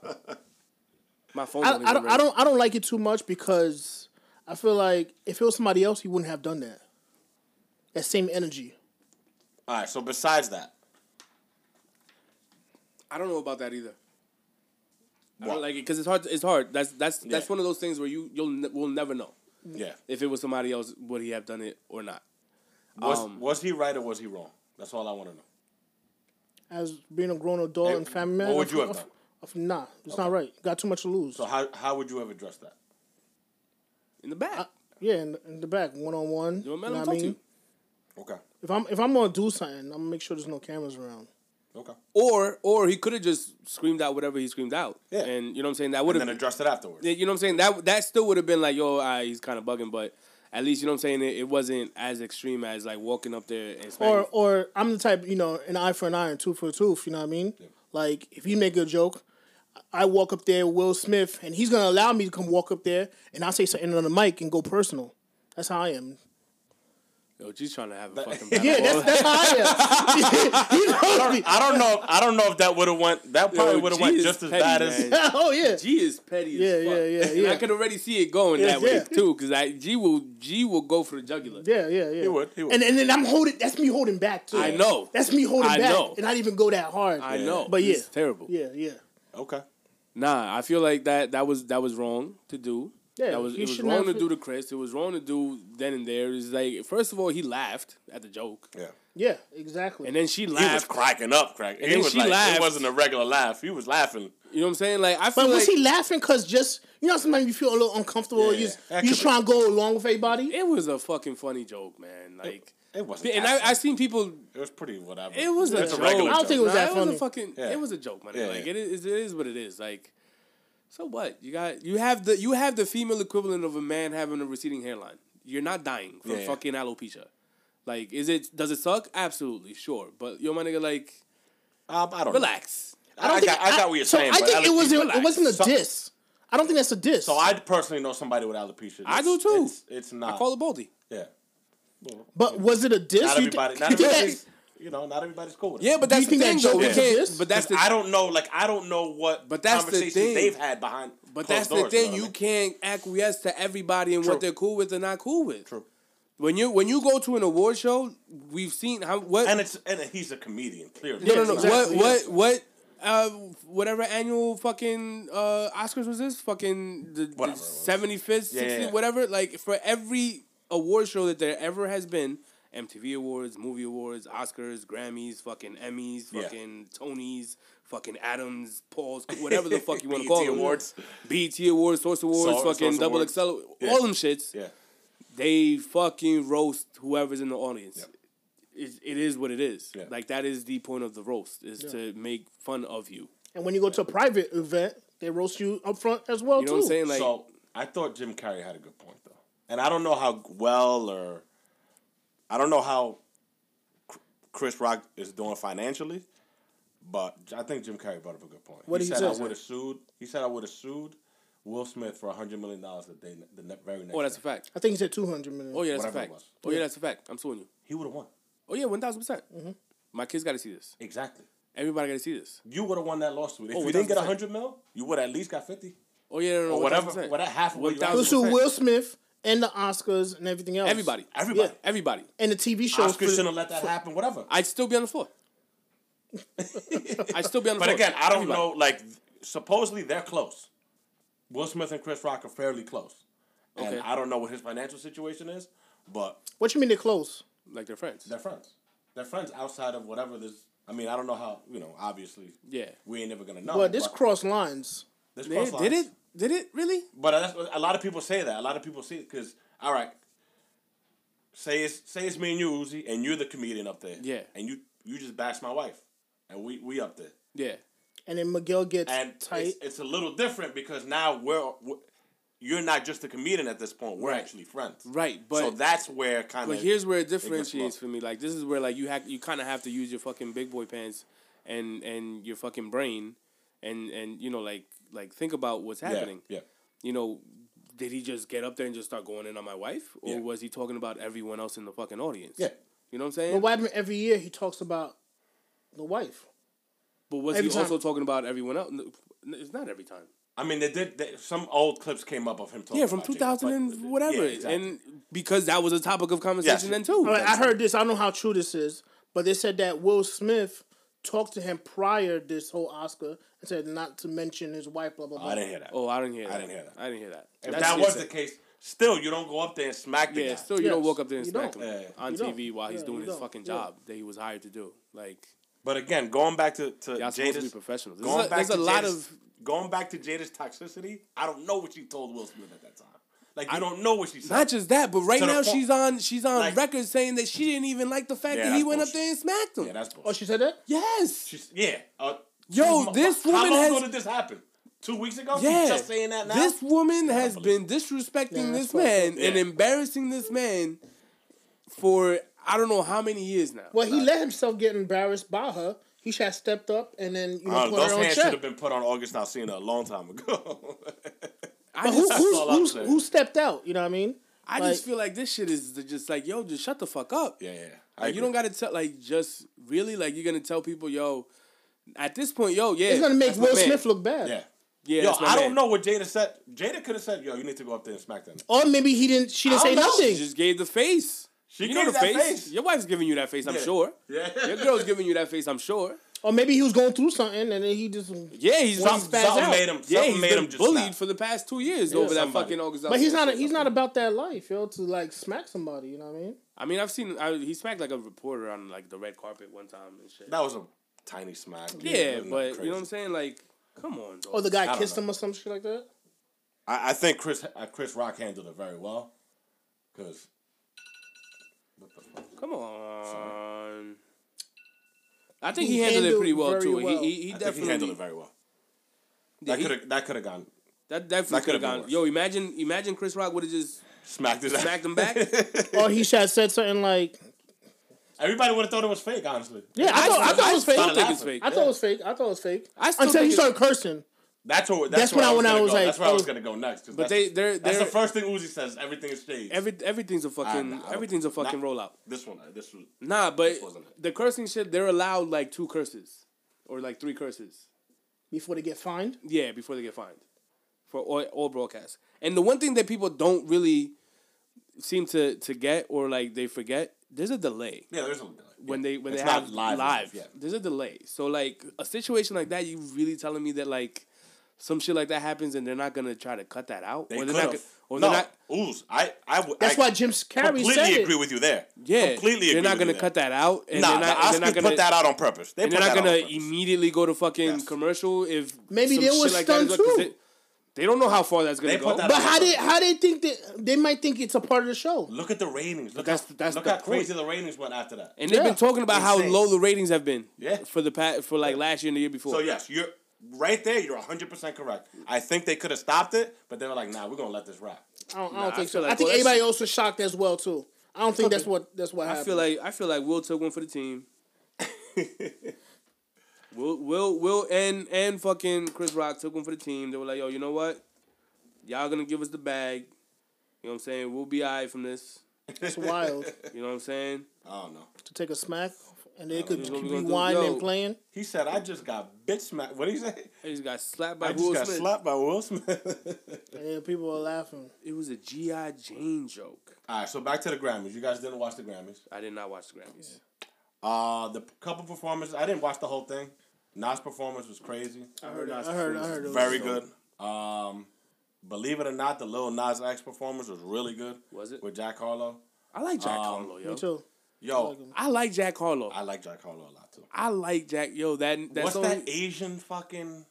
My phone.
I,
don't even
I, don't,
ring.
I don't I don't like it too much because I feel like if it was somebody else, he wouldn't have done that. That same energy.
All right. So besides that,
I don't know about that either. I
Why?
don't like it because it's hard. It's hard. That's that's that's
Yeah.
one of those things where you you'll ne- will never know
yeah.
if it was somebody else would he have done it or not.
Was,
Um,
was he right or was he wrong? That's all I want to know.
As being a grown adult and family man.
what would
I
you
feel-
have
I
done?
feel- Nah, it's not right. Got too much to lose.
So how how would you have addressed that?
In the back,
yeah, in the, in the back, one on one.
you
You
know
know
what I'm
what I
talking
mean?
to.
Okay.
If I'm if I'm gonna do something, I'm gonna make sure there's no cameras around.
Okay.
Or or he could have just screamed out whatever he screamed out.
Yeah.
And you know what I'm saying? That would
And
have
then addressed it afterwards.
Yeah, you know what I'm saying? That that still would have been like, yo, ah, he's kind of bugging, but at least you know what I'm saying. It, it wasn't as extreme as like walking up there and smacking.
Or or I'm the type, you know, an eye for an eye and tooth for a tooth, you know what I mean? Like if you make a joke, I walk up there, Will Smith, and he's gonna allow me to come walk up there and I'll say something on the mic and go personal. That's how I am.
Yo, Oh, G's trying to have a fucking
Yeah,
battle.
that's, that's how I am. he knows me.
I don't know. I don't know if that would have went. That probably
Yo,
would have
G
went
is
just as
petty,
bad as.
man.
oh yeah.
G is petty as
Yeah,
fuck.
yeah, yeah,
And
yeah.
I could already see it going
Yeah,
that way
yeah.
too, because I G will G will go for the jugular.
Yeah, yeah, yeah. He
would, he would.
And, and then I'm holding. That's me holding back too.
I know.
That's me holding
I
back,
know.
and I didn't even go that hard.
I know,
But
it's
yeah.
terrible.
Yeah, yeah.
Okay.
Nah, I feel like that that was that was wrong to do.
Yeah,
that was
you
it was
shouldn't
wrong to
have to-
do to Chris. It was wrong to do then and there. It's like first of all he laughed at the joke,
Yeah.
Yeah, exactly.
and then she
He was
laughed.
cracking up, cracking.
And
He
then
was
she
like, it
laughed.
wasn't a regular laugh. He was laughing.
you know what I'm saying? Like I feel
but
like
was he laughing? Cause just you know, sometimes you feel a little uncomfortable.
Yeah,
you just,
that
you
could
just
be-
trying to go along with everybody.
it was a fucking funny joke, man. Like
It wasn't.
and I I seen people.
it was pretty whatever.
It was a
It's
joke.
I
regular
don't think it was
Nah,
that
It was
funny.
a fucking.
Yeah.
It was a joke, man.
Yeah,
like
yeah.
it is. It is what it is. Like. So what? You got you have the you have the female equivalent of a man having a receding hairline. You're not dying from
Yeah.
fucking alopecia. Like, is it does it suck? Absolutely, sure. But yo, my nigga, like,
Um, I don't.
relax.
Know. I, I, got, I got what you're
so
saying.
I
but
think it
alopecia-
was it
relax.
wasn't a
So-
diss. I don't think that's a diss.
So I personally know somebody with alopecia.
I
It's-
do too.
It's, it's not.
I call it baldy.
yeah.
but was it a diss?
Not
You thi-
everybody. Not
you think that-
everybody's. You know, not everybody's cool with it.
Yeah, but
Do you
that's the
think
thing,
that
though.
joke
We
is
can't.
this?
But that's the.
I don't know. Like I don't know what.
But that's the
conversations
thing.
they've had behind.
But
closed
that's the
doors,
thing.
know
You
what
can't acquiesce to everybody and
True.
what they're cool with and not cool with.
True.
When you when you go to an award show, we've seen how what
I mean? And it's and he's a comedian. Clearly.
no no
Yeah,
no
exactly,
what what what. Uh, whatever annual fucking uh, Oscars was this fucking the
Whatever it was.
seventy fifth,
Yeah, yeah,
sixty
yeah.
whatever. Like for every award show that there ever has been, MTV Awards, movie awards, Oscars, Grammys, fucking Emmys,
Yeah.
fucking Tonys, fucking Adams, Pauls, whatever the fuck you want to call
BET
them.
awards.
BET Awards, Source Awards,
Source
fucking Double
Awards.
Excel,
Yeah.
all them shits.
Yeah.
They fucking roast whoever's in the audience.
Yep.
It, it is what it is.
Yeah.
Like that is the point of the roast is to make fun of you.
And when you go to a private event, they roast you up front as well
You know
too.
what I'm saying? Like
so I thought Jim Carrey had a good point though, and I don't know how well or I don't know how Cr- Chris Rock is doing financially, but I think Jim Carrey brought up a good point.
What
he
did he
said
say?
I would have sued. He said I would have sued Will Smith for hundred million dollars the day the ne- very next.
oh that's a
day.
fact.
I think he said two hundred million.
Oh yeah, that's
Whatever
a
it
fact.
was.
Oh yeah, that's a fact. I'm suing you.
he would have won
Oh yeah, one thousand percent. My kids got to see this.
exactly.
Everybody got to see this.
You would have won that lawsuit if
Oh,
you didn't get
1000%.
hundred mil. You would at least got fifty.
Oh yeah, no, no, no
Or whatever- whatever half of what
One
you got.
It
thousand
was to
percent.
Will Smith and the Oscars and everything else.
Everybody,
Everybody.
everybody.
and the TV shows.
Oscar
for-
shouldn't have let that happen. Whatever.
I'd still be on the floor. I'd still be on the
But
floor.
again, I don't
Everybody.
know. Like, supposedly they're close. Will Smith and Chris Rock are fairly close, and
Okay.
I don't know what his financial situation is, but
what you mean they're close?
Like they're friends.
they're friends. They're friends outside of whatever this. I mean, I don't know how. You know, obviously,
Yeah.
we ain't never gonna know.
Well, this
but
cross lines.
this
They-
cross
did
lines.
it? Did it really?
But that's what- a lot of people say that. A lot of people see it because all right, say it's say it's me and you, Uzi, and you're the comedian up there.
Yeah.
And you you just bash my wife, and we we up there.
Yeah.
And then Miguel gets
and
tight.
It's, it's a little different because now we're, we you're not just a comedian at this point. We're
Right.
actually friends.
Right, but-
so that's where kind
But
of
here's where it
gets
differentiates
lost.
for me. Like this is where like you ha- you kind of have to use your fucking big boy pants and and your fucking brain and and you know like like think about what's
yeah,
happening.
Yeah,
You know, did he just get up there and just start going in on my wife or
Yeah.
was he talking about everyone else in the fucking audience?
Yeah.
You know what I'm saying?
But why happened every year he talks about the wife?
But was
Every
he
time.
also talking about everyone else? No, It's not every time.
I mean, they did they, some old clips came up of him talking.
Yeah, from
about Jada,
2000
but-
and whatever.
Yeah, exactly.
And because that was a topic of conversation
Yes.
then too.
All right, I heard this. I don't know how true this is, but they said that Will Smith talked to him prior this whole Oscar and said not to mention his wife. Blah blah blah.
I didn't hear that.
Oh, I didn't hear that.
didn't hear that.
I didn't hear that.
if
That's
that
what
was
he
the
said.
case, still you don't go up there and smack the
Yeah,
guy.
still you don't
Yes,
walk up there and
you
smack
don't.
him
Yeah.
on
You don't.
TV while he's
Yeah,
doing
you
his
don't.
fucking
Yeah.
job that he was hired to do. Like
but again, going back to to
y'all supposed to be
Jada's,
professionals. There's,
going
a,
back
there's
to
a lot
Jada's-
of
going back to Jada's toxicity. I don't know what she told Will Smith at that time. Like you don't know what she said.
not just that, but right
To the
now
point-
she's on she's on
Like-
record saying that she didn't even like the fact
Yeah,
that he
that's
went up
bullshit.
there and smacked him.
yeah, that's bullshit.
Oh, she said that.
yes,
She's yeah. Uh,
Yo,
she's-
this
how
woman
long
has-
ago did this happen? Two weeks ago. She's
yeah.
just saying that now.
This woman has been
believe
disrespecting
Yeah,
this
that's fucked
man
Yeah.
and embarrassing this man for I don't know how many years now.
Well, he let himself get embarrassed by her. He should have stepped up and then you know
Uh,
put her
those
on
hands should
check.
have been put on August Alsina a long time ago.
I
Who,
just-
who's,
all I'm
who's,
saying.
who stepped out? You know what I mean?
I just feel like this shit is the- just like yo, just shut the fuck up.
Yeah, yeah. I
Like, you
agree.
don't gotta tell like just really like you're gonna tell people yo. At this point, yo, yeah,
It's gonna make
that's my
Will
man.
Smith look bad.
Yeah.
Yeah,
Yo,
that's my
I
man.
don't know what Jada said. Jada could have said, "Yo, you need to go up there and smack them."
Or maybe he didn't. She didn't
I
say
don't know.
She
nothing.
just gave the face.
She
you
gave
know the
that
face?
face.
Your wife's giving you that face, I'm
Yeah.
sure.
Yeah.
Your girl's giving you that face, I'm sure.
Or maybe he was going through something and then he just.
Yeah, he's
Well,
he's
spaz
spazzed
something
out.
made him-
Yeah,
something
he's
made
been
him just
bullied
snap.
for the past two years over that
somebody.
fucking August.
But he's not. He's not about that life, yo. To like smack somebody, you know what I mean?
I mean, I've seen. I, he smacked like a reporter on like the red carpet one time and shit.
That was a tiny smack.
yeah, but you know what I'm saying? Like, come on, dog.
Or Oh, the
I
guy
don't
kissed
know.
him or some shit like that.
I, I think Chris uh, Chris Rock handled it very well, because
Come on. I think he, handled, it pretty well
very
too. He,
well.
he, he
I think
definitely
he handled it very well. That
he-
could have that could have gone
that
that
definitely could
could've
have
been
gone.
worse.
Yo, imagine imagine Chris Rock would have just
smacked his
smacked him back.
Or he should have said something like,
Everybody would have thought it was fake, honestly.
"Yeah, I, thought, I, thought it was fake.
I don't think it's
laughing.
fake.
I thought it was fake. I thought it was fake."
I still
Until
think
he
it's-
started cursing.
That's what.
That's when I- when I
gonna
was
go.
like,
that's where I was
oh.
gonna go next.
But they they're
that's
they're
the first thing Uzi says. Everything is staged.
every everything's a fucking
nah, I don't-
everything's a fucking
nah.
rollout.
this one, uh, this one.
Nah, but
wasn't it.
the cursing shit they're allowed like two curses or like three curses.
before they get fined.
Yeah, before they get fined for all, all broadcasts. And the one thing that people don't really seem to to get or like they forget, there's a delay.
Yeah, there's a
when they when
It's
they
not
have
live,
live,
yeah.
there's a delay. So like a situation like that, you really telling me that like some shit like that happens and they're not gonna try to cut that out,
They
or
could
they're not,
have.
gonna- or
no,
they're not,
Uzi. I I would.
That's
I
why Jim Carrey
completely
said
agree
it.
with you there.
yeah,
completely.
they're
agree
not
with you
gonna
there.
cut that out, and
Nah,
they're
the
not, they're
Oscars
not gonna
put that out on purpose. They
and
put
they're not
that out
gonna
on purpose.
immediately go to fucking
Yes.
commercial if
Maybe
some
they
shit
was
that is
stunned
up, 'cause
too.
They, they don't know how far that's gonna
They
go.
put that
But how did how they think that they might think it's a part of the show?
Look at the ratings. Look
that's-
how,
that's
look
the
how crazy
point.
the ratings went after that.
and they've
Yeah.
been talking about how
Insane.
low the ratings have been.
Yeah.
For the past, for like last year and the year before.
So yes, you're right there. You're 100 percent correct. I think they could have stopped it, but they were like, "Nah, we're gonna let this rap."
I don't, I don't
I
think so.
feel like-
I think
well, that's-
everybody else was shocked as well too. I don't think that's what that's what happened.
I feel like I feel like Will took one for the team. Will Will Will and and fucking Chris Rock took one for the team. They were like, yo, you know what? Y'all gonna give us the bag. You know what I'm saying? We'll be alright from this.
it's wild
You know what I'm saying?
I don't know.
to take a smack and they could
know what we gonna do.
rewind
Yo.
and playing.
He said, "I just got bitch smacked." What did he say?
I just got slapped by
I just
Will
got
Smith.
slapped by Will Smith.
And people are laughing.
It was a GI Jane joke.
All right, so back to the Grammys. You guys didn't watch the Grammys.
I did not watch the Grammys.
Uh the couple performances. I didn't watch the whole thing. Nas' performance was crazy,
I heard. I heard. I heard. it was-
very good. Um, believe it or not, the Lil Nas X performance was really good.
Was it?
with Jack Harlow?
I like Jack Harlow, yo.
Me too.
Yo,
I like Jack Harlow.
Um, I like Jack Harlow a lot too.
I like Jack. Yo, that that's
What's
song,
that Asian fucking?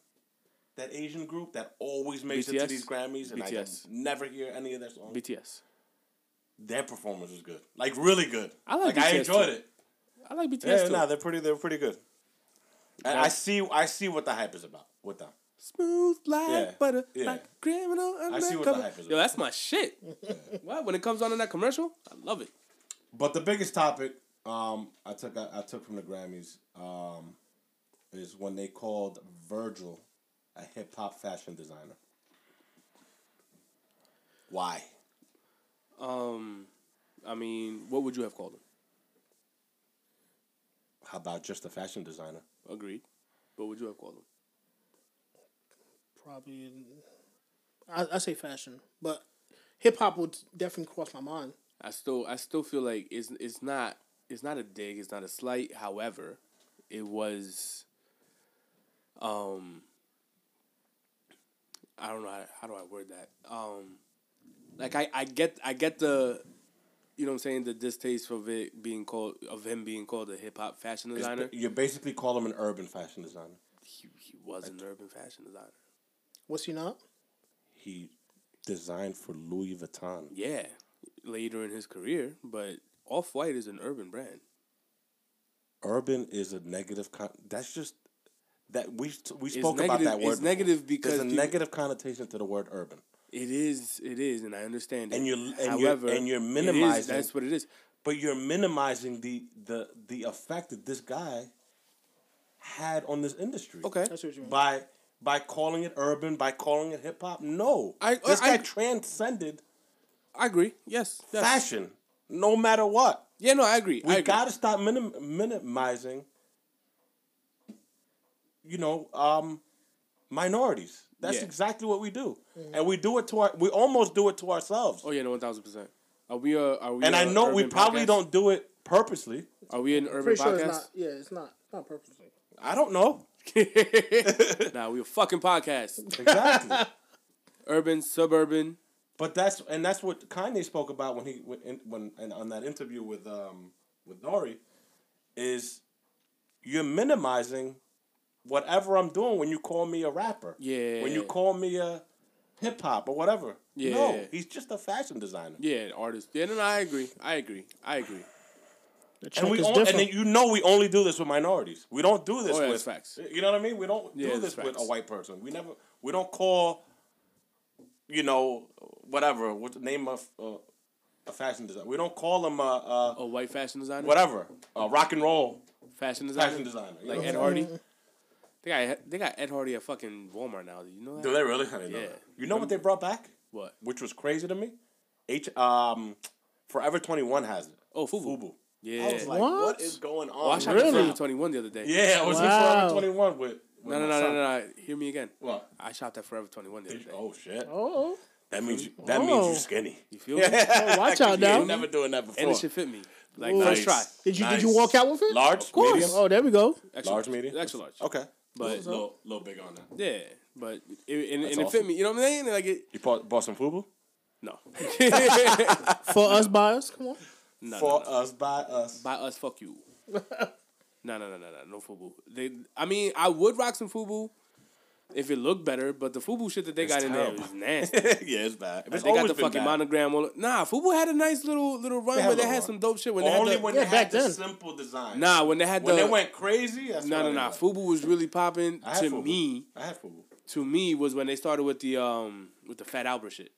That Asian group that always makes it to
BTS?
these Grammys, and I
BTS.
just never hear any of their songs.
BTS.
their performance was good, like really good.
I like
I
BTS
enjoyed
too.
it.
I like BTS
Yeah,
too.
no, they're pretty. They're pretty good. And I see. I see what the hype is about with them.
Smooth like
Yeah.
butter,
Yeah.
like a criminal undercover.
see what the hype is
Yo,
about.
that's my shit. what when it comes on in that commercial, I love it.
But the biggest topic um, I took I, I took from the Grammys um, is when they called Virgil a hip hop fashion designer. Why?
Um, I mean, what would you have called him?
How about just a fashion designer?
Agreed. What would you have called him?
Probably. I, I say fashion, but hip hop would definitely cross my mind.
I still, I still feel like it's it's not it's not a dig, it's not a slight. However, it was. Um. I don't know how, how do I word that. Um, like I, I get I get the, you know what I'm saying the distaste of it being called of him being called a hip hop fashion
It's-
designer.
You basically call him an urban fashion designer.
He, he was an urban fashion designer.
What's he not?
He designed for Louis Vuitton.
Yeah, later in his career, but Off White is an urban brand.
Urban is a negative. Con- that's just that we we
It's
spoke about
negative-
that word.
It's
before.
negative because
There's a
people-
negative connotation to the word urban.
It is, it is, and I understand it.
And you're- and you're-
However,
and you're
it is-
minimizing-
that's what it is.
but you're minimizing the the the effect that this guy had on this industry.
Okay.
That's what you mean.
By by calling it urban, by calling it hip hop, no.
I-
this
I-
guy transcended
I agree. Yes. yes.
Fashion, no matter what.
Yeah, no, I agree. I
We
agree.
gotta stop minim- minimizing, you know, um, minorities. That's
Yeah.
exactly what we do, and we do it to our. We almost do it to ourselves.
Oh yeah, no, one thousand percent. Are we? Uh, are we?
and I
a
know we
urban
probably
podcast?
don't do it purposely.
Are we an urban
Pretty sure it's
podcast?
not. Yeah, it's not. It's not purposely.
I don't know
nah, we a fucking podcast.
exactly,
Urban, suburban.
but that's and that's what Kanye spoke about when he when in- when and on that interview with um with Nori, is you're minimizing whatever I'm doing when you call me a rapper.
Yeah.
When you call me a hip hop or whatever.
Yeah.
No, he's just a fashion designer.
Yeah, artists. Yeah, no, no, I agree. I agree. I agree.
The check
And we
is
on, and
different.
then you know we only do this with minorities. We don't do this
Oh, yeah,
with eh,
that's facts.
You know what I mean? We don't
Yeah,
do
that's
this with a
facts.
white person. We never. We don't call. You know, whatever. What the name of uh, a fashion designer? We don't call him a,
A Oh, white fashion
a
designer.
whatever. A rock and roll
Fashion designer.
fashion designer. You
Like
know?
Ed Hardy. They got they got Ed Hardy at fucking Walmart now. Did you know that?
Do they really? I didn't know
Yeah.
that. You know what they brought back?
What?
Which was crazy to me. H um, Forever Twenty One has it.
Oh, Fubu.
Fubu.
Yeah.
I was like,
What?
what is going on?
oh, I shopped
Really?
at Forever Twenty One the other day.
Yeah, I was
Wow.
with Forever Twenty One with. with
No, no,
my
no, no,
son.
no, no. Hear me again.
What?
I shopped at Forever Twenty One the other day.
Oh shit!
Oh,
That means you, that means
Oh.
you skinny.
You feel me?
oh, watch out
You
now.
ain't never doing that before.
And it should fit me. Like
Ooh.
first
Nice.
try.
Did you
Nice.
did you walk out with it?
Large,
of course.
medium?
Oh, there we go.
Extra
Large, medium?
Extra large.
Okay,
But
little little big on that.
yeah, but it, and, and it fit
awesome.
me. You know what I'm saying? Like it.
You bought, bought some fubu
No.
For us buyers, come on.
no,
for
no, no.
us by us.
By us, fuck you. no, no, no, no, no, no fubu. They, I mean, I would rock some fubu if it looked better, but the fubu shit that they got in
terrible.
there was nasty.
yeah, it's bad. It's
they got
always
the
been
fucking
bad.
monogram. All, nah, fubu had a nice little little run
had
where they
a
had
run.
some dope shit. When they
Only
had the,
when
Yeah,
they
back
had the
then.
simple design.
nah, when they had
when
the
they went crazy. That's
no,
when
no,
I
no,
went.
fubu was really popping
I had
to
Fubu.
me.
I had fubu.
To me was when they started with the um with the Fat Albert shit.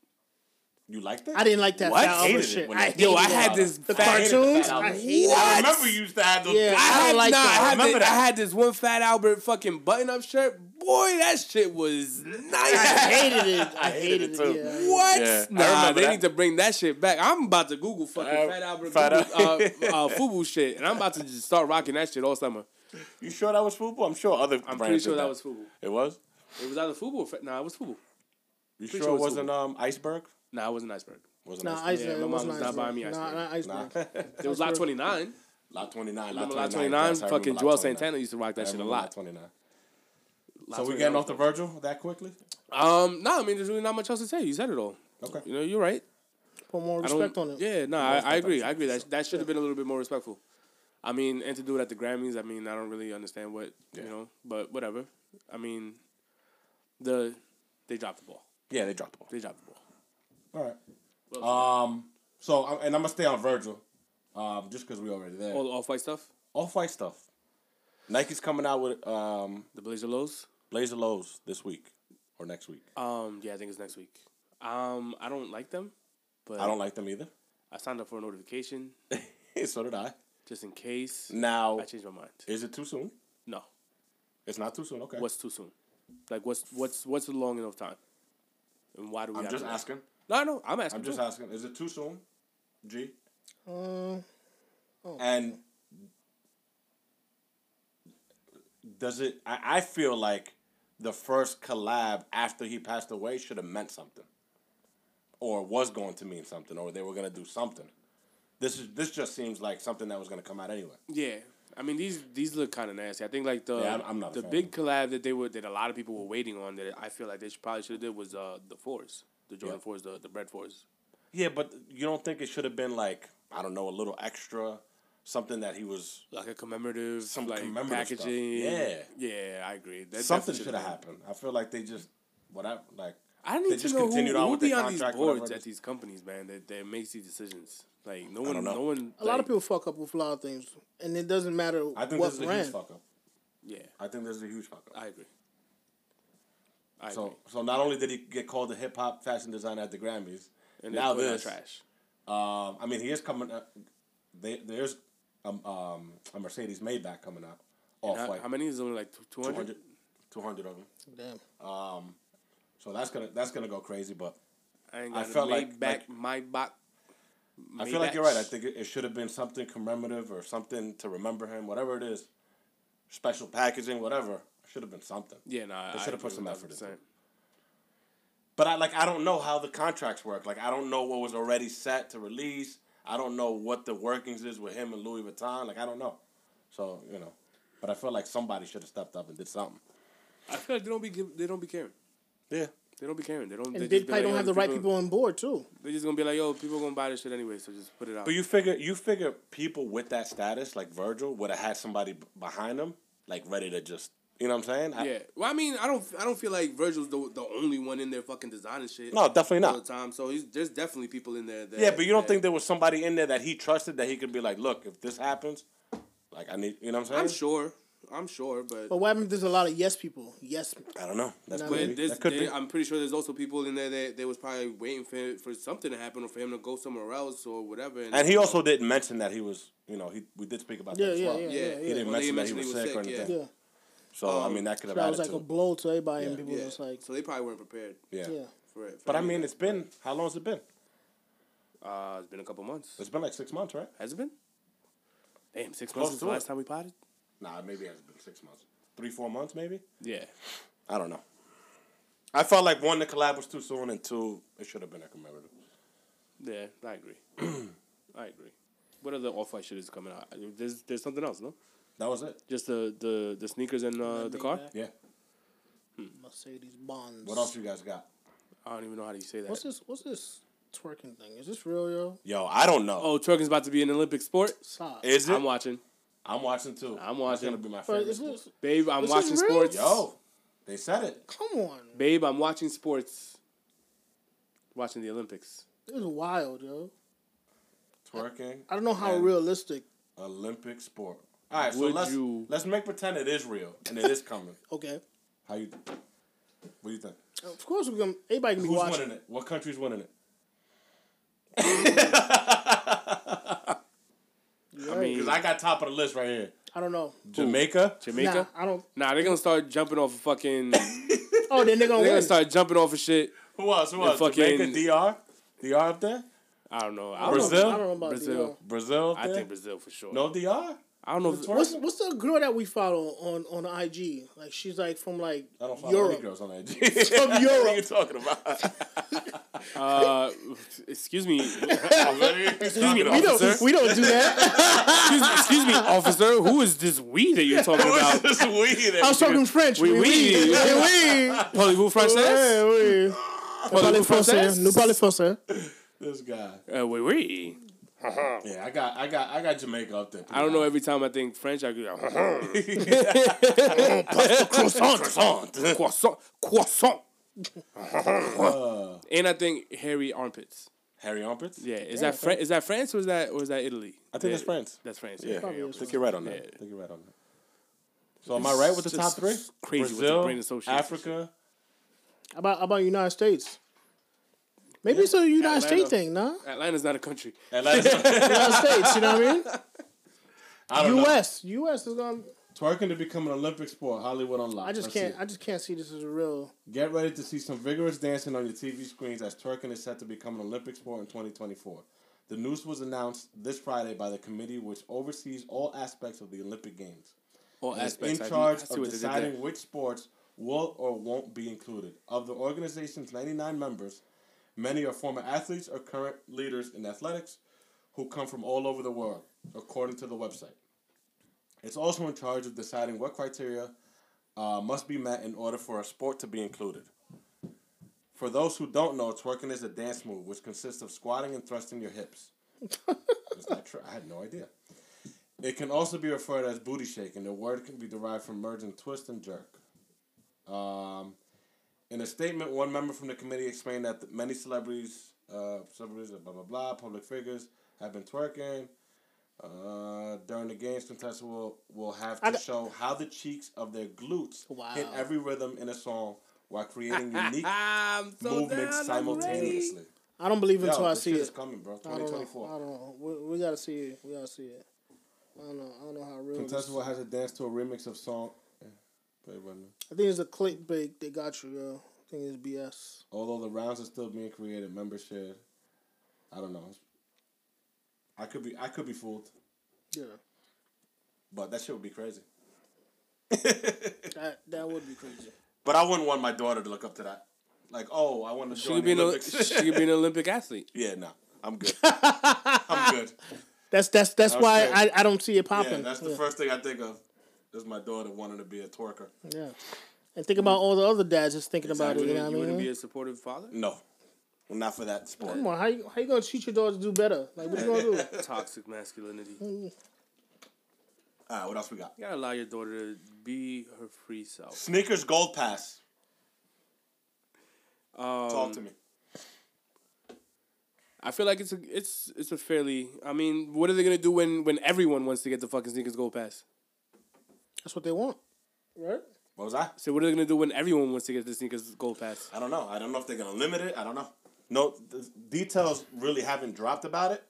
You liked that?
I didn't like that
What?
Fat Albert
Hated it
shit.
when
I
they-
Yo, I
hated
had
it.
this
the
fat-
cartoons.
Albert.
I hated
What?
it.
I remember you used to have those.
Yeah.
I,
I don't
had,
like
nah,
that.
I,
I
had
remember
thi-
that.
I had this one Fat Albert fucking button up shirt. Boy, that shit was
I
nice.
hated it. I hated
hated
it.
it, too.
Yeah.
what?
Yeah, I
nah,
remember
they
that.
need to bring that shit back. I'm about to Google fucking
Uh,
Fat Albert
Fat
Google,
Albert.
uh, uh, Fubu shit, and I'm about to just start rocking that shit all summer.
You sure that was fubu? I'm sure other.
I'm pretty sure that was Fubu.
It was.
It was either Fubu or Fat. Nah, it was Fubu.
You
Pretty
sure
sure
it
it was
wasn't um iceberg?
Nah, it wasn't Iceberg.
Wasn't
Nah,
iceberg?
ice
Yeah, my
it
mom
wasn't
was not buying me
iceberg.
ice
Nah,
cream.
not iceberg.
There was Lot
Iceberg.
29.
Lot 29.
Remember
Lot 29. yes, I remember
Fucking
Lot
Joel
29.
Santana used to rock
I
that shit a
remember Lot
lot.
29.
Lot
So we
29
getting
was
off the Virgil that quickly?
dope. Um, no, I mean, there's really not much else to say. You said it all.
Okay.
You know, you're right.
Put more
I don't-
respect on it.
Yeah, no, I, I
respect
agree.
on
I agree. That that should have been a little bit more respectful. I mean, and to do it at the Grammys, I mean, I don't really understand what you
Yeah.
know, but whatever. I mean, the they dropped the ball.
Yeah, they dropped the ball.
They dropped the ball.
All right. Um. So I'm- and I'm gonna stay on Virgil, um, just because we already there.
All the off white stuff,
Off white stuff. Nike's coming out with um
the Blazer lows.
Blazer lows this week or next week.
Um, yeah, I think it's next week. Um, I don't like them, but
I don't like them either.
I signed up for a notification
so did I.
just in case.
Now,
I changed my mind.
is it too soon?
No,
It's not too soon. Okay.
what's too soon? Like, what's what's what's a long enough time? And why do we?
I'm
have
just
to-
asking.
No, no, I'm asking.
I'm just
too.
asking. Is it too soon, G? And does it? I, I feel like the first collab after he passed away should have meant something, or was going to mean something, or they were gonna do something. This is this just seems like something that was gonna come out anyway.
Yeah, I mean these these look kind of nasty. I think like the
Yeah, I'm- I'm not a
the
fan.
big collab that they were that a lot of people were waiting on that I feel like they should, probably should have did was uh the Force, the Jordan
Yeah.
Force, the the Bread Force.
Yeah, but you don't think it should have been like I don't know a little extra, something that he was
Like a commemorative,
Some
like
commemorative stuff.
packaging.
Yeah.
yeah, I agree. That
something
definitely
should have
been-
happened. I feel like they just whatever like
I
they
need to
just
know who,
continued on
who
with
be
their
on these
contract,
boards
whatever.
at these companies, man. That that makes these decisions. Like no one,
don't know.
no one.
A lot
like-
of people fuck up with a lot of things, and it doesn't matter
I think
what
this is a
brand.
huge fuck up.
Yeah,
I think this is a huge fuck up.
I agree. I agree.
So so not only did he get called the hip hop fashion designer at the Grammys,
and
now
now
this.
trash.
Um, I mean, he is coming. Uh, they, there's um, um, a Mercedes Maybach coming out off
How,
white.
how many is it? only like two hundred?
200, 200 of them.
Damn.
So that's gonna that's gonna go crazy. But
I I ain't
I
got I
felt
felt
like-
back
like-
my back.
I feel like you're right. I think it, it should have been something commemorative or something to remember him, whatever it is. Special packaging, whatever. Should have been something.
yeah, no, I
They should have put
agree
some
with
effort into
100%.
it. But I like I don't know how the contracts work. Like I don't know what was already set to release. I don't know what the workings is with him and Louis Vuitton. Like I don't know. So you know, but I feel like somebody should have stepped up and did something.
I feel like they don't be give- they don't be caring.
Yeah.
They don't be caring. They don't.
And
just
they
be like,
probably don't
yo,
have the right
people-
people on board too.
They're just gonna be like, yo, people gonna buy this shit anyway, so just put it out.
But you figure you figure people with that status like Virgil would have had somebody b- behind them like ready to just you know what I'm saying? I-
yeah. Well, I mean, I don't, I don't feel like Virgil's the, the only one in there fucking designing shit.
No, definitely
all the
not.
time. So he's, there's definitely people in there. That,
Yeah, but you don't
that-
think there was somebody in there that he trusted that he could be like, look, if this happens, like I need, you know what I'm saying?
I'm sure. I'm sure, but.
But what happens if there's a lot of yes people? Yes.
I don't know. That's
No.
But
maybe.
there's,
that could
there-
be.
I'm pretty sure there's also people in there that they was probably waiting for for something to happen or for him to go somewhere else or whatever.
And he also didn't mention that he was, you know, he we did speak about
Yeah,
that as
yeah,
well.
yeah,
yeah,
yeah,
He didn't
Well,
mention
they
that he was
mentioned
sick, or
yeah.
anything.
Yeah.
So I
Um,
mean, that could have
That was
added
like
to.
a blow to everybody, and people
Yeah.
was like,
so they probably weren't prepared
yeah.
yeah.
for it. for
But I
any of
mean, it's been how long has it been?
that. uh, it's been a couple months.
It's been like six months, right?
Has it been? Damn, six
Close
months since
to
the last
it.
time we potted.
Nah, maybe it has been six months. Three, four months, maybe.
Yeah,
I don't know. I felt like one, the collab was too soon, and two, it should have been a commemorative.
yeah, I agree. I agree. What other off white shit is coming out? There's there's something else, no?
That was it.
Just the the, the sneakers and uh, the car.
Yeah.
Mercedes Bonds.
What else you guys got?
I don't even know how do you say that.
What's this? What's this twerking thing? Is this real, yo?
Yo, I don't know.
oh, trucking's about to be an Olympic sport.
Stop.
Is it?
I'm watching,
I'm watching too.
I'm
That's
watching.
gonna be my
Bro,
favorite.
is
sport.
this-
babe. I'm
This is
watching
real?
sports.
Yo, they said it.
come on.
Babe, I'm watching sports. Watching the Olympics.
This is wild, yo.
Twerking.
I don't know how
and
realistic.
Olympic sport. All right, so
Would
let's
you-
let's make pretend it is real and it is coming.
Okay.
How you? What do you think?
Of course, we can. Everybody can be
Who's
watching.
winning it? What country's winning it?
Yeah.
I mean,
Because I got top of the list right here.
I don't know.
Jamaica.
Nah,
Jamaica.
I don't.
Nah, they're gonna start jumping off of fucking. they're
Oh, then they're gonna
gonna
win.
start jumping off of shit.
Who else? Who else?
fucking-
Jamaica. DR. DR up there.
I don't know. I
I
don't Know.
don't know-
Brazil?
I don't know about uh,
Brazil.
Brazil.
Brazil. up
I
there?
think Brazil for sure.
No DR.
I don't know. If,
Twerk?
What's what's the girl that we follow on on IG? Like she's like from like
I don't follow any
Europe.
girls on IG.
From
what are you
Europe.
talking about?
uh, excuse me. Excuse,
Excuse
me,
We
officer.
don't we don't do that.
excuse me, officer. Who is this we that you're talking about?
This weed.
I was talking French.
Oui,
Oui,
oui.
oui.
Parlez-vous français?
Oui, oui. Parlez
Parlez-vous
français. Nous
français?
parlez français.
This guy.
Uh, oui, oui.
Yeah, I got, I got, I got Jamaica up there.
I don't know. Every time I think French, I go uh-huh.
Croissant.
croissant, croissant. and I think hairy armpits.
Harry armpits.
Yeah, is that Fran- is that France or is that or is that Italy?
I think
Yeah,
that's France.
That's France.
Yeah,
Yeah,
I
Probably is
think you're right on that.
Yeah.
I think you're right on that. So am I right with the top
just
three?
crazy what the
Brazil,
brain associates
Africa.
How about how about United States? Maybe it's a United
Atlanta.
States thing, nah.
Atlanta's not a country.
Atlanta.
United States, you know what
I
I
don't
mean?
know.
U.S. U.S. is gonna.
Twerking to become an Olympic sport. Hollywood unlocked.
I just
Let's
can't.
see it.
I just can't see this as a real.
Get ready to see some vigorous dancing on your TV screens as twerking is set to become an Olympic sport in 2024. The news was announced this Friday by the committee which oversees all aspects of the Olympic Games.
All
and is
aspects. I
in
do-
charge
I see
of
what they did there.
deciding which sports will or won't be included. Of the organization's 99 members, many are former athletes or current leaders in athletics who come from all over the world, according to the website. It's also in charge of deciding what criteria uh, must be met in order for a sport to be included. For those who don't know, twerking is a dance move which consists of squatting and thrusting your hips. is that true? I had no idea. It can also be referred as booty shaking. The word can be derived from merging twist and jerk. Um, in a statement, one member from the committee explained that th- many celebrities, uh, celebrities, blah blah blah, public figures have been twerking. Uh, during the games, contestants will will have to
I got-
show how the cheeks of their glutes
Wow.
hit every rhythm in a song while creating unique
I'm so
movements
down, I'm ready.
simultaneously.
I don't believe
Yo,
until I
this
see
shit is
it.
coming, bro.
I don't know. I
2024.
don't know. We, we gotta see it. We gotta see it. I don't know. I don't know how real. This,
Contestant will have to dance to a remix of song. Yeah, wait, wait a minute.
I think it's a clickbait. They got you, yo. think it's BS.
Although the rounds are still being created, membership. I don't know. I could be I could be fooled,
Yeah,
but that shit would be crazy.
that that would be crazy.
But I wouldn't want my daughter to look up to that. Like, oh, I want to
She
join
could
the
be an Oli-
Olympics.
she could be an Olympic athlete.
yeah, no, I'm good. I'm good.
That's that's that's why
Okay.
I, I don't see it
Yeah,
popping.
that's the first thing I think of. Is my daughter wanting to be a twerker?
Yeah. And think about all the other dads just thinking
You
about it. You
wouldn't,
know what I
you
mean?
wouldn't be a supportive father.
No, not for that sport.
Come on, how you, how you gonna teach your daughter to do better? Like, what you gonna do?
Toxic masculinity. You
All right, what else we got?
gotta allow your daughter to be her free self.
Sneakers Gold Pass.
Um,
Talk to me.
I feel like it's a it's it's a fairly. I mean, what are they gonna do when when everyone wants to get the fucking sneakers gold pass?
That's what they want, right?
What was I?
So what are they gonna do when everyone wants to get the sneakers gold pass?
I don't know. I don't know if they're gonna limit it. I don't know. No the details really haven't dropped about it.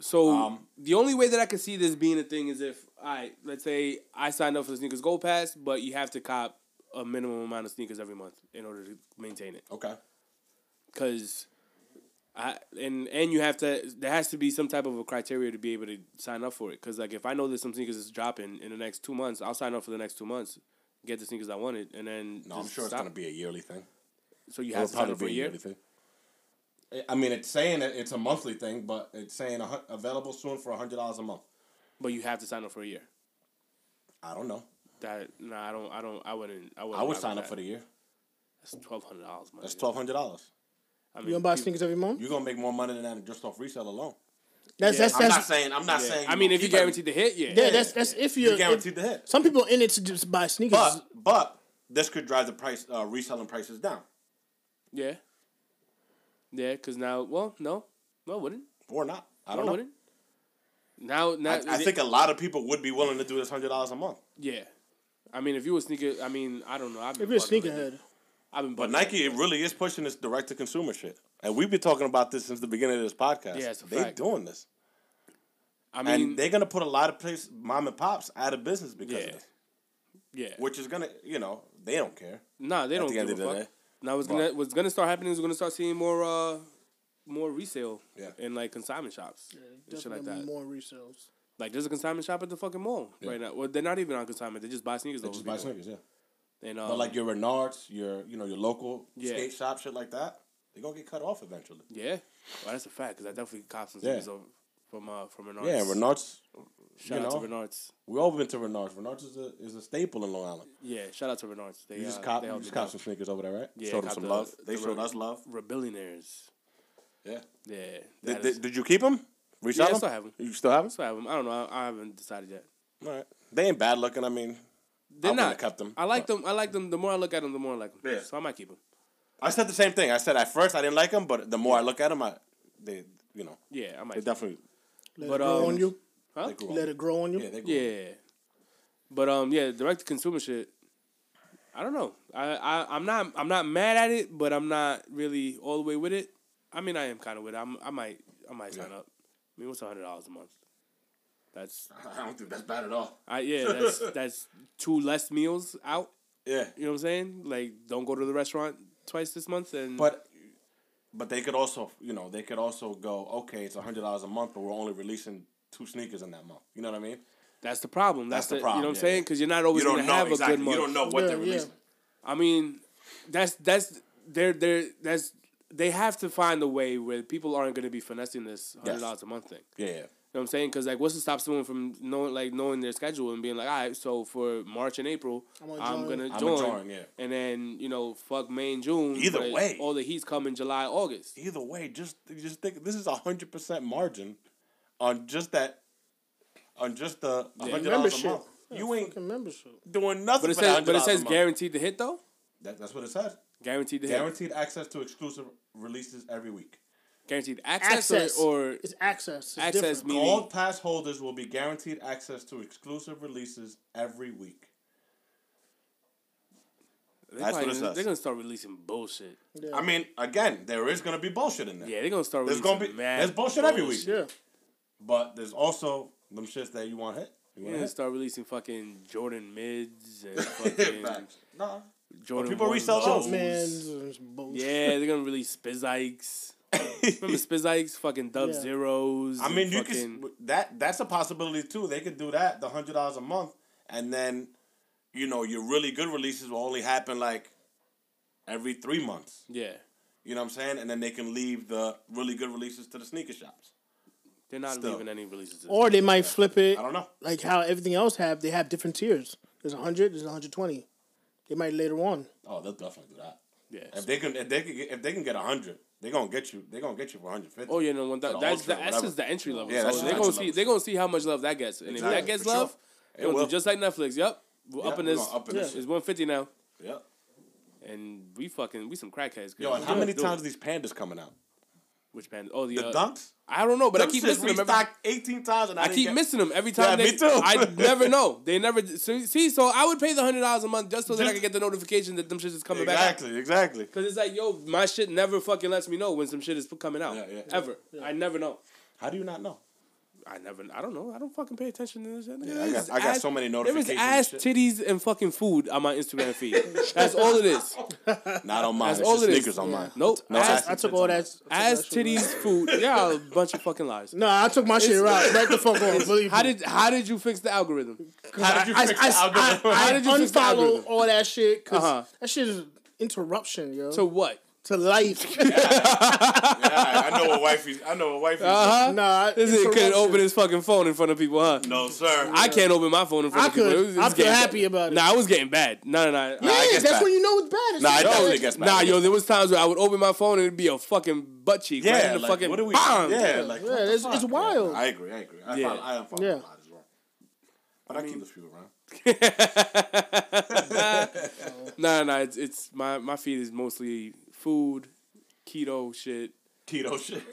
So
Um,
the only way that I could see this being a thing is if I let's say I signed up for the sneakers gold pass, but you have to cop a minimum amount of sneakers every month in order to maintain it.
Okay.
Cause I and and you have to there has to be some type of a criteria to be able to sign up for it. Cause like if I know that some sneakers is dropping in the next two months, I'll sign up for the next two months, get the sneakers I wanted, and then
No, I'm
just
sure it's
stop.
gonna be a yearly thing.
So you
It'll
have to sign
probably
up for
be
a
a
year.
yearly thing. I- I mean, it's saying that it's a monthly thing, but it's saying a, hun- available soon for hundred dollars a month.
but you have to sign up for a year.
I don't know.
That no, I don't. I don't. I wouldn't. I, wouldn't
I would
rock
sign
with
up for the year.
that. That's twelve hundred dollars.
That's twelve hundred dollars.
I mean,
You gonna buy
you-
sneakers every month?
You're gonna make more money than that just off resale alone.
That's
Yeah.
that's
I'm not
that's
saying. I'm not
yeah.
saying.
I mean, if you
keep it.
guaranteed the hit, yeah.
yeah, that's that's if you're,
you're guaranteed
if-
the hit.
Some people in it to just buy sneakers.
But but this could drive the price uh, reselling prices down.
yeah, yeah. Because now, well, no, no, it wouldn't.
Or not. I
No,
don't
it
know.
wouldn't. Now, now,
I, I think a lot of people would be willing to do this hundred dollars a month.
yeah. I mean, if you were sneaker, I mean, I don't know. I've been
if you're a
bugging with it.
sneakerhead,
I've been
But
bugging
Nike
with
it really is pushing this direct to consumer shit, and we've been talking about this since the beginning of this podcast.
Yeah, it's a
they
fact.
doing this,
it. I
and
mean,
they're gonna put a lot of place mom and pops out of business because
Yeah.
of this,
yeah.
which is gonna you know they don't care.
Nah, they don't
the end
give a
of the
fuck.
day.
Now what's gonna what's gonna start happening is we're gonna start seeing more uh more resale
Yeah.
in like consignment shops and shit like
definitely
that.
more resales.
Like there's a consignment shop at the fucking mall right now. Well, they're not even on consignment. They just buy sneakers. They
Just buy sneakers, yeah.
And um,
But like your Renards, your you know your local
Yeah.
skate shop, shit like that, they are gonna get cut off eventually.
yeah, well that's a fact because I definitely cop some
Yeah.
sneakers over from uh from Renards.
Yeah, Renards.
Shout
you
out
know,
to Renards.
we all been to Renards. Renards is a is a staple in Long Island.
Yeah, shout out to Renards. They
You just
uh,
cop,
they
you
held
just
it
cop
down.
some sneakers over there, right?
Yeah,
Showed them
cop
some
the-
love. They
the
showed
Ren-
us love.
Rebillionaires.
Yeah.
Yeah,
Did,
that
did,
is-
did you keep them? Resell
Yeah, I
'em?
still have 'em.
You still have them?
so I, haven't- I don't know. I, I haven't decided yet.
All right. They ain't bad looking. I mean,
They're
I wouldn't
not.
have kept them.
I like them. I like them. The more I look at them, the more I like them.
Yeah.
So I might keep them.
I said the same thing. I said at first I didn't like them, but the more I look at them, I they you know
Yeah, I might.
they
keep 'em.
definitely
Let
But,
it grow
um,
on you.
Huh?
they grew
Let
up.
it grow on you.
Yeah, they grew up.
Yeah. But um yeah, direct to consumer shit. I don't know. I, I I'm not I'm not mad at it, but I'm not really all the way with it. I mean I am kinda with it. I'm I might I might sign
Yeah.
up. I mean what's hundred dollars a month? That's
I don't think that's bad at all.
I yeah, that's that's two less meals out.
Yeah,
You know what I'm saying? Like don't go to the restaurant twice this month and
but but they could also you know they could also go okay it's hundred dollars a month, but we're only releasing two sneakers in that month. You know what I mean?
that's the problem. That's,
That's
the,
the problem,
You know what
yeah,
I'm saying?
yeah.
Because you're not always
you
gonna
don't know
have a
exactly.
good month.
You don't know what
Yeah,
they're
yeah.
releasing.
I mean, that's that's they're they're that's they have to find a way where people aren't going to be finessing this hundred dollars a month thing. You
Yeah, yeah.
know what I'm saying? Because like, what's to stop someone from knowing like knowing their schedule and being like, all right, so for March and April, I'm gonna
gonna
join,
join.
I'm enjoying, yeah.
and then you know, fuck May and June.
Either
but
way.
all the heat's coming July, August.
Either way, just just think this is a hundred percent margin on just that on just the hundred dollars a
Membership.
month. You ain't
Fucking membership.
doing nothing.
But it
for
says
that
but it
$100
says
a month.
guaranteed to hit though.
That, that's what it says.
Guaranteed to hit.
Guaranteed access to exclusive releases every week.
Guaranteed access, or-
Access
or,
it's access. It's
access
different.
meaning
Gold pass holders will be guaranteed access to exclusive releases every week.
they're,
That's
probably
what it
gonna,
says.
they're gonna start releasing bullshit.
Yeah.
I mean, again, there is gonna be bullshit in there.
Yeah, they're gonna start.
There's
Releasing
gonna be-
mad
there's bullshit every week.
yeah.
But there's also them shits that you want to hit.
We're
You want
gonna
to
start releasing fucking Jordan mids and
hit.
fucking
Facts. Nah.
Jordan
people
1.
resell those.
Jumpman's boats.
Oh. Yeah, they're gonna release Spizikes. Remember Spizikes? Fucking Dub
Yeah.
Zeros.
I mean,
and
you
fucking-
could that that's a possibility too. They could do that, the hundred dollars a month, and then, you know, your really good releases will only happen like every three months.
Yeah,
You know what I'm saying? And then they can leave the really good releases to the sneaker shops.
they're not
Still.
leaving any releases.
Or they might flip it
I don't know.
like how everything else have. They have different tiers. There's 100, there's 120. They might later on.
Oh, they'll definitely do that.
yeah.
If they can, if they can, if they can get a hundred, they gonna get you. They gonna get you for hundred fifty.
Oh yeah, no, one
For
that,
the
that's
Ultra,
the, that's
whatever.
just the entry level.
Yeah,
so
that's
they're
just
gonna
entry
see
level.
they're gonna see how much love that gets, and if that
Exactly,
gets
for sure.
love,
It
it'll
will.
do just like Netflix. Yep, we're
Yeah,
upping
we're
this.
gonna up in this
It's one fifty now,
Yep.
and we fucking we some crackheads. 'cause
Yo, and how
we
many
do it.
times are these pandas coming out?
Which band? Oh, the,
The
uh,
dunks.
I don't know, but I
Them
keep
shits
missing them. Every,
restocked eighteen times, and I,
I
didn't
keep
get-
missing them every time.
Yeah,
they,
me too.
I never know. They never so, see. So I would pay the hundred dollars a month just so that I
Just-
could get the notification that them shit is coming back.
Exactly, exactly.
Because it's like, yo, my shit never fucking lets me know when some shit is coming out.
Yeah, yeah.
Ever. I never know.
How do you not know?
I never. I don't know. I don't fucking pay attention to this. shit.
I
There
got-
is
I got so many
There
notifications and
is ass,
shit.
titties, and fucking food on my Instagram feed. That's all it is.
Not on mine.
That's
it's
all
just
it is.
sneakers on mine.
Nope.
No,
ass,
I took all that. I took
ass,
that shit
titties, food. Yeah, a bunch of fucking lies.
right. No, I took my shit right. Right the fuck on. Believe
How
me.
did how did you fix the algorithm?
How did you
I,
fix
I,
the
I,
algorithm?
I
How did you fix the
unfollow
algorithm?
all that shit because
Uh-huh.
that shit is interruption, yo.
So
To,
what?
life.
I know what wifey's. I know what wifey's.
Uh huh.
nah,
This is couldn't
interruption.
open his fucking phone in front of people, huh?
no, sir.
I can't open my phone in front
I
of people.
could.
It was- it
I
was
feel
getting
happy
bad.
about it.
Nah, I was getting bad. No, no, no.
yeah,
guess
that's
that.
when you know it's bad. It's
Nah, I
like-
definitely guess back.
Nah, yo, there was times where I would open my phone and it'd be a fucking butt cheek. right in
Yeah,
the
like,
fucking
what do we?
bam.
Yeah, like
Yeah,
what the
it's- it's
fuck?
wild.
I agree. I agree. I
Yeah.
yeah. I am
Yeah.
yeah. as well. But I, keep a few around.
Nah, nah, it's, it's my my feed is mostly food, keto shit,
Keto shit.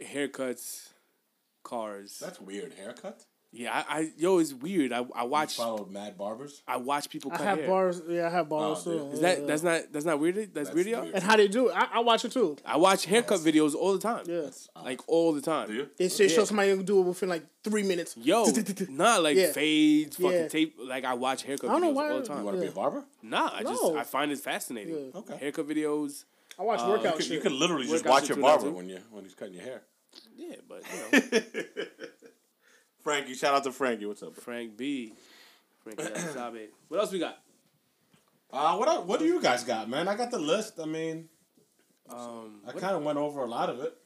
haircuts, cars.
That's weird. Haircut.
Yeah, I, I yo, it's weird. I, I watch
Followed Mad Barbers.
I watch people
I
cut
have
hair.
bars. uh, Yeah, I have bars
Oh,
too.
dude.
Is
Yeah,
that
yeah.
that's not that's not weird? That's, weird, y'all?
weird.
and how they do it? I, I watch it too.
I watch haircut videos all the time.
Yeah.
Like all the time.
Do you?
They say show
Yeah.
somebody who do it within like three minutes.
Yo, nah, like
Yeah.
fades, fucking
Yeah.
tape. Like I watch haircut
I don't know
videos
why-
all the
You
time.
want to be
Yeah.
a barber?
Nah, I just
No.
I find it fascinating.
Yeah.
Okay.
Haircut videos.
I watch
You
workout
could,
shit.
you could literally just
Workouts
watch
are
your
two now,
barber
too.
when you when he's cutting your hair.
Yeah, but you know,
Frankie, shout out to Frankie. What's up?
Frank B. Frank Sabe. What else we got?
Uh, what I- what do you guys got, man? I got the list. I mean,
Um,
I kind of went over a lot of it.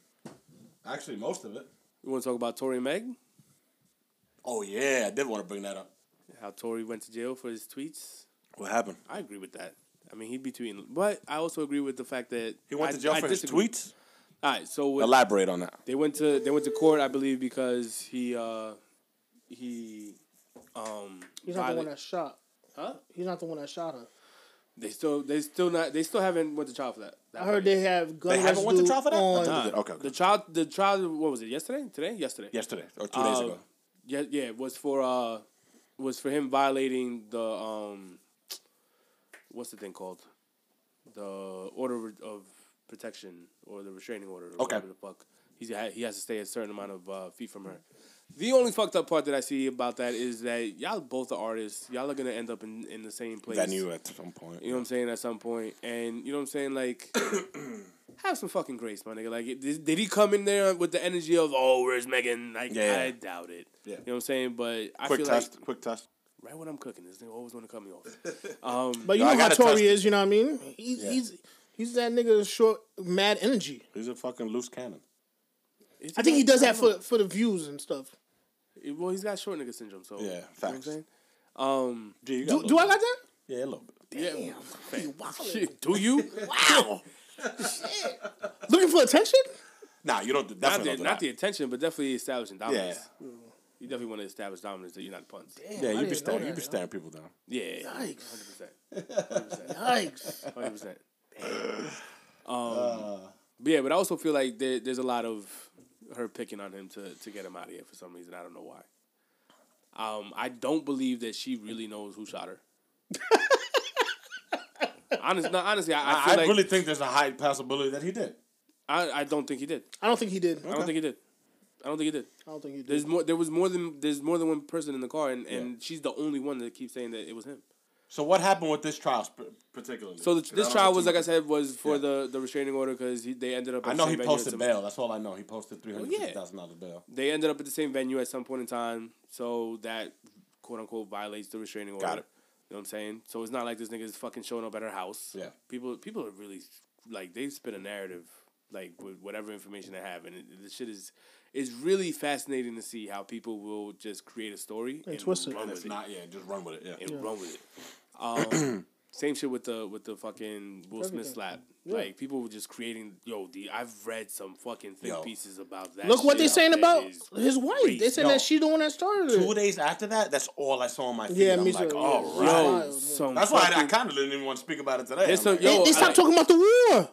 Actually, most of it.
you want to talk about Tory and Meg?
Oh yeah, I did want to bring that up.
How Tory went to jail for his tweets?
What happened?
I agree with that. I mean, he'd be tweeting, but I also agree with the fact that
He went
I-
to jail
I
for
disagree.
his tweets.
All right, so with,
Elaborate on that.
they went to they went to court, I believe, because he uh he um
He's not the
viola-
one that shot.
huh?
He's not the one that shot her.
They still they still not they still haven't went to trial for that. that
I heard
part.
they have gun
They haven't went to
residue
trial for that?
on-
Nah.
Uh,
Okay, okay.
The trial the trial what was it yesterday today yesterday
Yesterday or two days
Uh,
ago.
yeah yeah it was for uh was for him violating the um what's the thing called the order of protection or the restraining order or
Okay.
whatever the fuck he's he has to stay a certain amount of uh, feet from her. The only fucked up part that I see about that is that y'all both are artists. Y'all are gonna end up in, in the same place.
Venue at some point.
You know what I'm saying? At some point, and you know what I'm saying? Like, have some fucking grace, my nigga. Like, it- did, did he come in there with the energy of, oh, where's Megan? Like,
Yeah.
I doubt it.
Yeah.
You know what I'm saying? But I
quick
feel
test.
like
quick test.
right when I'm cooking, this nigga always want to cut me off.
But you
No, I
know how
gotta
Tory
test it.
is. You know what I mean? He's
Yeah.
he's he's that nigga with short, mad energy.
He's a fucking loose cannon.
Is
I think he
got-
does that
I don't
for for the views and stuff.
know. Well, he's got short nigga syndrome, so
Yeah, facts.
You know what I'm saying? Um,
Gee, you got a
Do, do
little
I
bit.
got that?
Yeah, a little bit.
yeah.
He wildin'.
Shit, do you?
Wow. Shit. Looking for attention?
Nah, you don't. do-
not
Definitely
the,
don't do
not the
that.
attention, but definitely establishing dominance.
Yeah.
You definitely want to establish dominance that you're not puns.
Yeah,
I
you be
didn't know
staring. You
that,
be
yo.
staring people down.
Yeah,
Yikes.
100%.
Yikes.
Hundred percent.
Uh.
Um, but yeah, but I also feel like there, there's a lot of her picking on him to, to get him out of here for some reason. I don't know why. Um, I don't believe that she really knows who shot her. Honest, no, honestly, I, I,
I,
feel
I
like
really think there's a high possibility that he did.
I, I don't think he did.
I don't think he did. I
I don't think he did. I don't think he did.
don't think he did.
There's more. There was more than there's more than one person in the car, and, and she's the only one that keeps saying that it was him.
So what happened with this trial sp-
particularly.
So
Because
the,
I
this
don't
trial
know
was
too
like I said was for
Yeah.
the, the restraining order because they ended up. at
I
the
know
same
he
venue at
posted
some-
bail. That's all I know. He posted three hundred fifty
yeah.
thousand dollars bail.
They ended up at the same venue at some point in time, so that quote unquote violates the restraining order.
Got it.
You know what I'm saying? So it's not like this nigga's fucking showing up at her house.
Yeah.
People people are really like they spin a narrative like with whatever information they have, and it, the shit is it's really fascinating to see how people will just create a story and,
twist it.
run
And
with
if not, yeah, just run with it. Yeah.
and run with it. Um, same shit with the with the fucking Will Smith slap. Like people were just creating. Yo, the I've read some fucking think
Yo.
pieces about that.
Look what they
shit
saying
that
about
is
his wife. They
crazy.
said
Yo.
that she the one that started it.
Two days after that, that's all I saw on my feed.
Yeah,
I'm
me
like,
too.
all
Yeah.
right.
Yo,
Right.
some
That's why I, I
fucking-
kind of didn't even want to speak about it today.
There's some-
I'm like,
yo,
They, they
I
stopped
like-
talking about the war.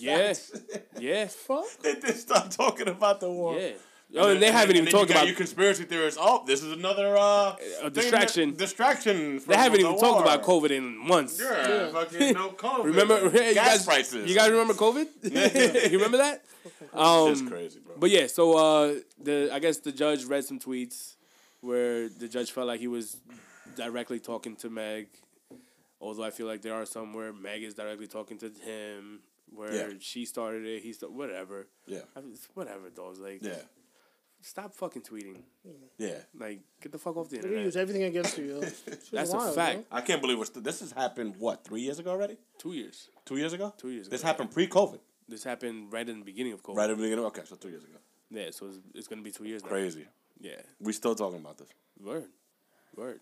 yeah, yeah,
Fuck.
they did stop talking about the war.
yeah. Yo, and they
then-
haven't
and
even
then
talked
you got
about.
your conspiracy theorists. Oh, this is another uh, thing that-
distraction.
distraction. From
They haven't
the
even talked
war.
about COVID in months.
Yeah,
Yeah.
fucking no COVID.
Remember, yeah, you
gas
guys,
prices?
You guys remember COVID? you remember that? Um,
It's crazy, bro.
But yeah, so uh, the I guess the judge read some tweets where the judge felt like he was directly talking to Meg. Although I feel like there are some where Meg is directly talking to him, where
Yeah.
she started it, he started whatever.
yeah,
I mean, it's whatever, dogs. Like,
yeah,
stop fucking tweeting.
yeah.
Like, get the fuck off the
They use
internet.
everything against you. Yo. Shit's
That's a
wild,
fact.
yo.
I can't believe we're st- this has happened. What three years ago already?
Two years.
Two years ago.
Two years
This
ago,
happened pre-COVID.
This happened right in the beginning of COVID.
Right at the beginning. Okay, so two years ago.
Yeah, so it's, it's gonna be two years now.
Crazy.
Yeah.
We still talking about this.
Word. Word.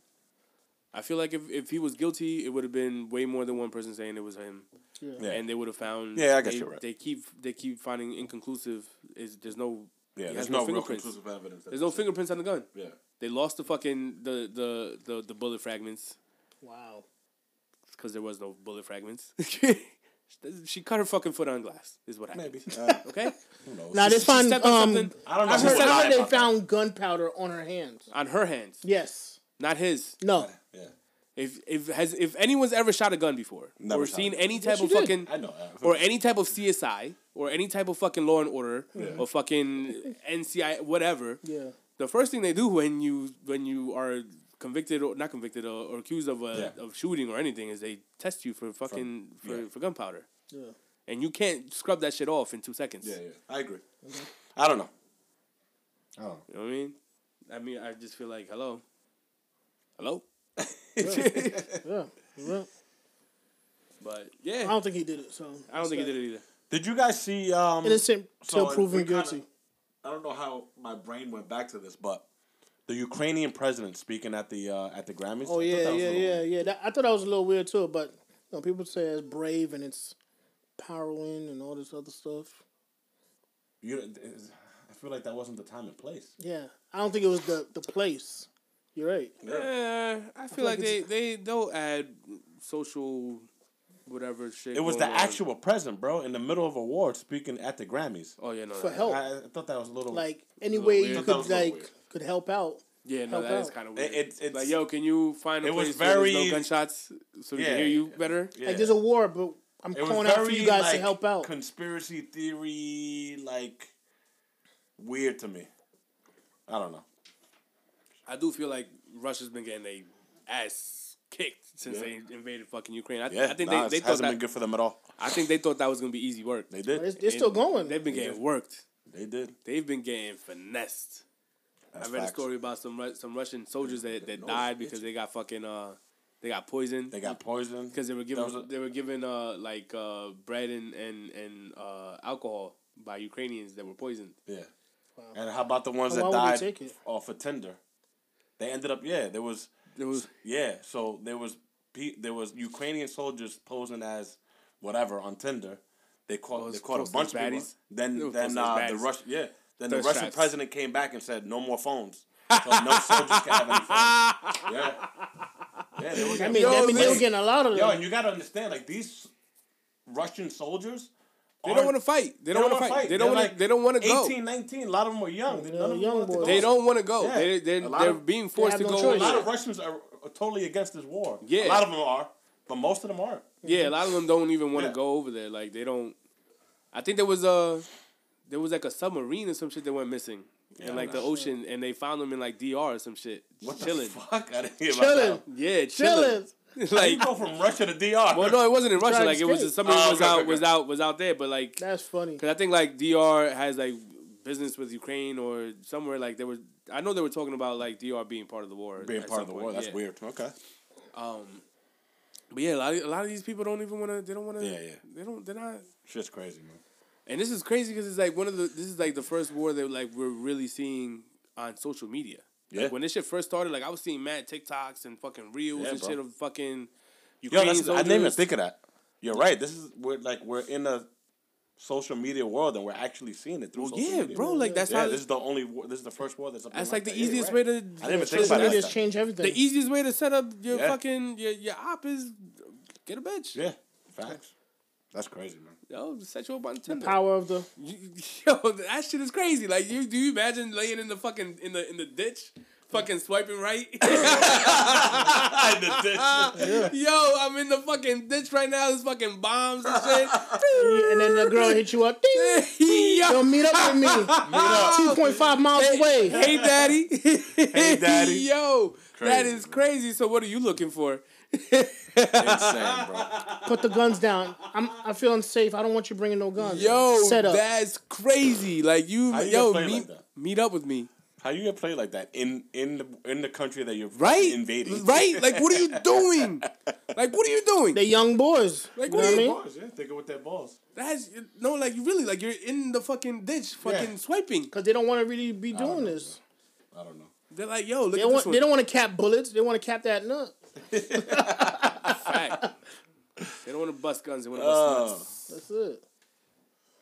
I feel like if, if he was guilty, it would have been way more than one person saying it was him.
Yeah.
And they would have found
Yeah, I guess
they,
you're right.
They keep they keep finding inconclusive is there's no
Yeah,
he
there's
has
no, real
fingerprints.
conclusive evidence. that
There's no
this is-
fingerprints on the gun.
Yeah.
They lost the fucking the the the, the bullet fragments
Wow.
because there was no bullet fragments. she cut her fucking foot on glass. Is what happened.
Maybe. Uh,
Okay.
who knows?
Now they found
stepped on
um.
something
I don't know.
I
who
heard,
was
I
lying
heard they
about that.
found gunpowder on her hands.
on her hands,
Yes.
not his.
No.
Yeah.
If if has if anyone's ever shot a gun before
Never
or
shot a
seen
gun.
any type
she
of
did.
fucking
I know. uh,
or any type of CSI or any type of fucking Law and Order or fucking NCI whatever.
Yeah.
The first thing they do when you when you are convicted or not convicted or, or accused of a,
Yeah.
of shooting or anything is they test you for fucking for,
yeah.
for gunpowder.
Yeah.
And you can't scrub that shit off in two seconds.
yeah, yeah. I agree. I don't know. I
Oh.
don't know.
You know what I mean? I mean, I just feel like, hello, hello.
Yeah. yeah.
But
I
yeah,
don't think he did it. So
I don't think he did it either.
Did you guys see? Um,
Innocent till
So,
proven
we kinda-
guilty.
I don't know how my brain went back to this, but the Ukrainian president speaking at the uh, at the Grammys.
Oh
I thought
yeah,
that was a
yeah,
little
yeah,
weird.
yeah. That, I thought that was a little weird too, but you know, people say it's brave and it's powering and all this other stuff.
You, it's- I feel like that wasn't the time and place.
Yeah, I don't think it was the the place. You're right.
Uh, I feel like,
like
they
it's-
they they'll add social, whatever shit.
It was the
going on.
actual president, bro, in the middle of a war, speaking at the Grammys.
Oh yeah, no.
For
no.
help,
I, I thought that was a little
like any
little
way
weird.
you
That
could
was a little
like
weird.
could help out.
Yeah, no,
help
that is
out.
kind of
It-
weird.
it's- it's-
like, yo, can you find a
it was
place where there's
very-
no gunshots so we
Yeah.
can hear you better?
Yeah.
Like there's a war, but I'm
It was
calling
very
out for you guys
like,
to help out.
Conspiracy theory, like weird to me. I don't know.
I do feel like Russia's been getting a ass kicked since they invaded fucking Ukraine. I,
Yeah,
I think
nah,
they,
it
they thought
hasn't been
that,
good for them at all.
I think they thought that was gonna be easy work.
They
But it's,
did.
it's still going.
They've been getting worked.
They did.
They've been getting finessed.
That's
I read
facts.
a story about some Ru- some Russian soldiers that, that died because they got fucking uh they got poisoned.
They got poisoned
because they were
That
given
was a-
they were given uh like uh bread and and and uh alcohol by Ukrainians that were poisoned.
Yeah. And how about the ones
Why
that
would they
died
take it?
off of Tinder? They ended up yeah. There was
There was
yeah. So there was pe- there was Ukrainian soldiers posing as whatever on Tinder. They caught they
it's
caught a
posted as
bunch of people.
baddies? They
Then
were
then
posted as
uh, the
baddies.
Russian yeah. Then the
Thirst
Russian
traps.
president came back and said no more phones. So no soldiers can have any phones. Yeah. Yeah. They were
I
getting-
mean,
Yo,
that mean they were
listen.
getting a lot of
yo,
them.
and you gotta understand like these Russian soldiers.
they don't want
to.
to fight. They don't want to fight. They don't want to. They don't want to go.
18, 19. A lot of them were young. They,
Yeah,
none of them
young
wanted to
boys.
go.
They don't want to go.
Yeah.
They they
A lot
they're
of-
being forced
have
to
no
go.
choice.
A lot
along.
of Russians are are totally against this war.
Yeah.
A lot of them are, but most of them aren't.
yeah, a lot of them don't even want to
Yeah.
go over there. Like they don't. I think there was a there was like a submarine or some shit that went missing in like the ocean, and they found them in like DR or some shit,
What
chilling.
the fuck? I didn't hear about
Chilling.
that.
Yeah, chilling.
Chillin'.
Like,
like,
you go from Russia to DR.
well, no, it wasn't in Russia.
Right,
Like, it was
escape.
just somebody
Oh,
was
okay,
out,
okay.
was out, was out there. But like,
That's funny.
Because I think like DR has like business with Ukraine or somewhere like they were. I know they were talking about like DR being part of the war.
Being
at some
part of the
point,
war, that's
yeah.
weird. Okay.
But yeah, a lot, of, a lot of these people don't even want to. They don't want to.
Yeah, yeah.
They don't. They're not.
Shit's crazy, man.
And this is crazy because it's like one of the. This is like the first war that like we're really seeing on social media.
Yeah.
Like when this shit first started, like I was seeing mad TikToks and fucking reels
Yeah,
and
bro.
shit of fucking
Yo,
Ukraine
that's, I
soldiers.
didn't even think of that. You're right. This is we're like we're in a social media world, and we're actually seeing it through.
Well,
social
yeah,
media.
bro. Like that's
Yeah,
how.
this is the only. War, this is the first war that's.
that's like the easiest way to.
I didn't even think
Social
about
media's
that.
changed everything.
The easiest way to set up your
Yeah.
fucking your your op is get a bitch.
Yeah, facts. That's crazy, man.
Yo, set you up on Tinder.
power of the
You- Yo, that shit is crazy. Like, you do you imagine laying in the fucking in the in the ditch, fucking swiping right? Yo, I'm in the fucking ditch right now. There's fucking bombs and shit.
and then the girl hit you up. Ding! Yo,
Yo, Ah,
meet up with me. Two point five miles away.
hey, daddy. Hey,
daddy.
Yo, that
Crazy,
is
man.
crazy. So, what are you looking for?
Insane, bro.
Put the guns down. I'm I'm feeling safe. I don't want you bringing no guns.
Yo,
set up.
that's crazy. Like you,
How you
yo,
gonna play
meet,
like that?
meet up with me,
How you gonna play like that in in the in the country that you're
right?
invading?
right? Like, what are you doing? like, what are you doing?
They young boys.
Like,
you
what do
know what I
you-
mean?
Balls, yeah, take it with that balls.
That's no, like you really like you're in the fucking ditch, fucking swiping.
Because they don't want to really be doing this.
I don't know.
They're like, yo, look
They
at
don't,
this
want,
one.
they don't want to cap bullets. They want to cap that nut.
Fact. they don't want to bust guns. They want to bust
Oh,
nuts.
That's it.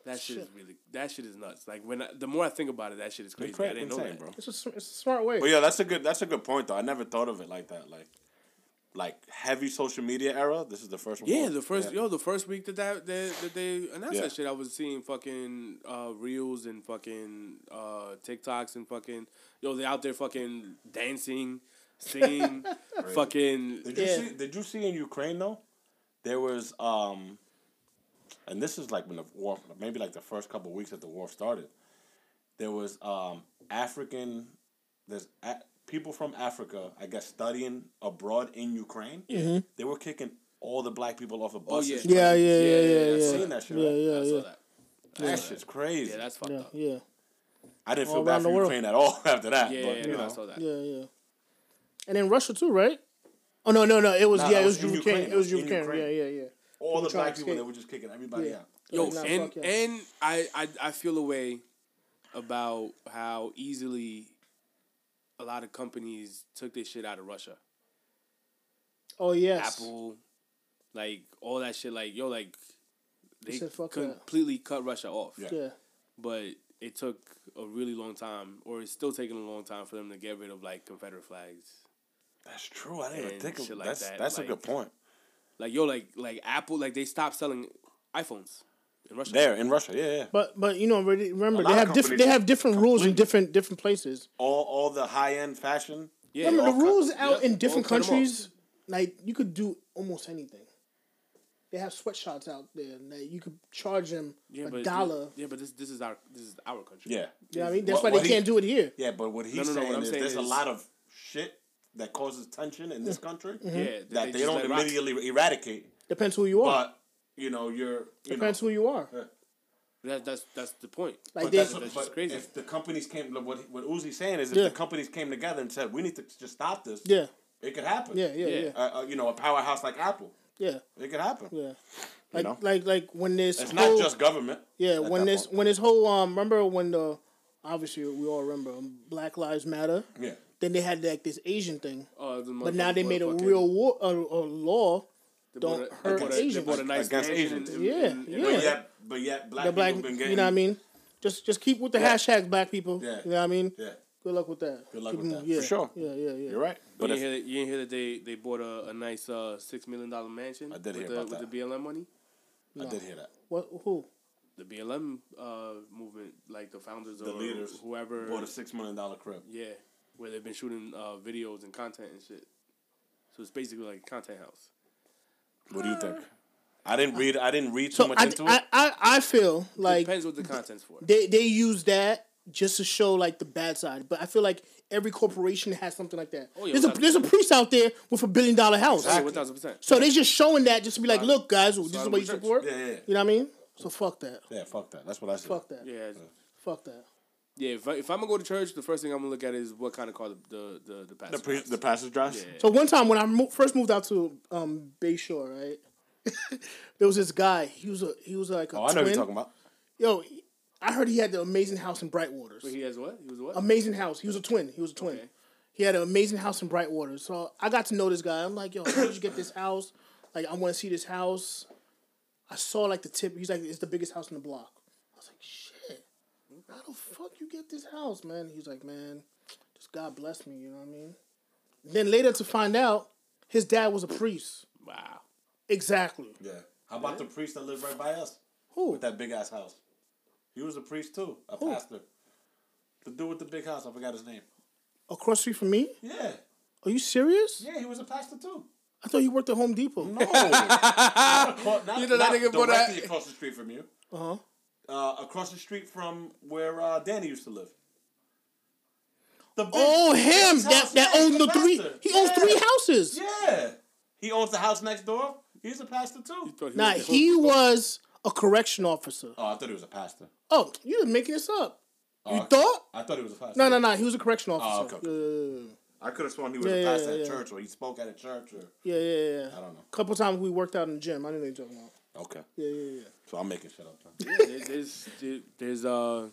That shit, is really. That shit is nuts. Like when I, the more I think about it, that shit is crazy.
cra-
I didn't know
insane,
that.
bro.
It's a, s- it's a smart way.
But yeah, that's a good that's a good point though. I never thought of it like that. Like, like heavy social media era. This is the first one.
Yeah, the first
Yeah.
yo, the first week that that that, that they announced
Yeah.
that shit, I was seeing fucking uh, reels and fucking uh, TikToks and fucking yo, they out there fucking dancing, singing, fucking
Did you
Yeah.
see? Did you see in Ukraine though? There was um, and this is like when the war, maybe like the first couple weeks that the war started. There was um African, there's a, people from Africa, I guess, studying abroad in Ukraine. They were kicking all the black people off of
Mm-hmm. Oh, yeah.
buses.
Yeah,
man.
yeah,
Yeah,
yeah,
yeah,
yeah,
I've
yeah.
seen that shit,
Yeah,
right?
I
yeah,
saw
yeah.
that.
That shit's crazy.
Yeah, that's fucked
Yeah,
up.
yeah,
I didn't
All
feel bad
around
for
the world.
Ukraine at all after that.
Yeah,
but,
yeah,
you
no, I
know.
saw that.
yeah, yeah. And then Russia too, right? Oh no, no, no! It was
Nah,
yeah,
that
it
was
was
in
Ukraine.
Ukraine.
It was
In
Ukraine.
Ukraine.
Yeah, yeah, yeah.
all the
People trying
black
to
people, they
escape.
were just kicking everybody
Yeah.
out.
Yo,
Nah,
and
fuck yeah.
and I, I I feel a way about how easily a lot of companies took this shit out of Russia.
Oh yes.
Apple, like all that shit. Like yo, like they
said, "Fuck that."
completely cut Russia off.
Yeah.
Yeah.
But it took a really long time, or it's still taking a long time for them to get rid of like Confederate flags.
That's true. I didn't even
And
think of
shit like
that's
that,
that's
like-
a good point.
Like yo, like like Apple, like they stopped selling iPhones in Russia.
There in Russia, yeah, yeah.
But but you know really- remember
lot
they
of
have different
companies
they have different rules in different different places.
All all the high end fashion.
Yeah.
remember the
cut-
rules out
yeah,
in different
all cut 'em off.
countries, like you could do almost anything. They have sweatshops out there that you could charge them
yeah, but
a
it's
dollar.
not- yeah, but this this is our this is our country.
Yeah,
You know what I mean? That's
What-
why
what
they
he-
can't do it here.
yeah. But what he's
no, no,
saying
what I'm
is
saying
there's a
is-
lot of shit that causes tension in this country.
Mm-hmm. Yeah,
That they,
just
don't
let rock.
immediately eradicate,
Depends who you are.
but you know you're you know.
Depends who you are.
That, that's that's the point.
Like
But
they,
that's, what-
That's
but
just crazy.
if the companies came, look, what what Uzi's saying is, if
Yeah.
the companies came together and said, "We need to just stop this,"
yeah,
it could happen.
yeah, yeah,
Yeah.
yeah,
Uh, uh, you know, a powerhouse like Apple,
yeah,
it could happen.
yeah. Like
know?
like like when this
It's
whole-
not just government.
Yeah,
at
when
that
this
point.
when this whole um remember when the obviously we all remember um, Black Lives Matter.
Yeah.
Then they had like this Asian thing,
Uh, the
but now they
motherfucking-
made a
fucking-
real war a, a law.
they
don't
bought a- they
hurt
bought a-
Asians.
They bought a nice
Against
mansion
Asians.
in- in-
Yeah,
in-
yeah.
in-
But yet, but yet, black
The
people
black,
have been getting.
you know what I mean? Just just keep with the
Yeah.
hashtag Black people.
Yeah.
You know what I mean?
Yeah,
Good luck with that.
Good luck
Keep
with
them-
that. For sure.
Yeah, yeah, yeah.
you're right. But
you, didn't
if,
hear that, you didn't hear that they, they bought a, a nice uh, six million dollar mansion.
I did
with
hear
the,
about
with
that.
the BLM money.
I did hear that.
What? Who?
The BLM uh, movement, like the founders
The
or
leaders
whoever,
Bought a six million dollar crib.
yeah, where they've been shooting uh, videos and content and shit. So it's basically like a content house.
What do you think? I didn't read. I didn't read too
So
much
I,
into
I,
it.
I I feel like
Depends what the content's for.
they they use that just to show like the bad side, but I feel like every corporation has something like that.
Oh, yeah,
there's a
without-
there's a priest out there with a billion dollar house.
Yeah, one thousand percent.
So they just showing that just to be like, look, guys, this is
Sodom
what you
and church.
support.
Yeah, yeah,
You know what I mean? So fuck that.
yeah. Fuck that. That's what I said.
Fuck that.
Yeah,
Uh.
Fuck that.
yeah. If, I, if I'm gonna go to church, the first thing I'm gonna look at is what kind of car the the the, the pastor.
The, pre- the pastor's dress.
So one time when I mo- first moved out to um, Bayshore, right? there was this guy. He was a he was like a
Oh, I know
twin.
what you're talking about.
Yo, he- I heard he had the amazing house in Brightwaters.
he has what? He was what?
amazing house. He was a twin. He was a twin.
Okay.
He had an amazing house in Brightwater. So I got to know this guy. I'm like, yo, how did you get this house? Like, I want to see this house. I saw like the tip. He's like, it's the biggest house in the block. I was like, shit. How the fuck you get this house, man? He's like, man, just God bless me. You know what I mean? Then later to find out, his dad was a priest.
wow.
Exactly.
Yeah. How about the priest that lived right by us
Who?
with that big ass house? He was a priest too, a pastor. The dude with the big house. I forgot his name.
Across the street from me?
Yeah.
Are you serious?
Yeah, he was a pastor too.
I thought he worked at Home Depot.
No. not, not,
You know that
not
nigga bought that-
directly across the street from you.
Uh-huh.
Uh, across the street from where uh, Danny used to live. The big-
Oh, him!
his
That
house,
that
yeah,
owns
he's
the
a
three.
pastor.
He owns
Yeah.
three houses.
Yeah. He owns the house next door. He's a pastor too.
Thought he
Nah,
was-
he was a correction officer.
Oh, I thought he was a pastor.
Oh, you didn't make this up. You
Oh, okay.
thought?
I thought he was a pastor.
No, no, no. He was a correction officer.
okay, I could have sworn he was
Yeah,
a
yeah,
pastor
yeah.
at church or he spoke at a church or
Yeah, yeah, yeah, yeah.
I don't know.
Couple times we worked out in the gym. I didn't know you talking about.
Okay.
Yeah, yeah, yeah.
So I'm making shit up. Then.
Yeah, there- there's there's uh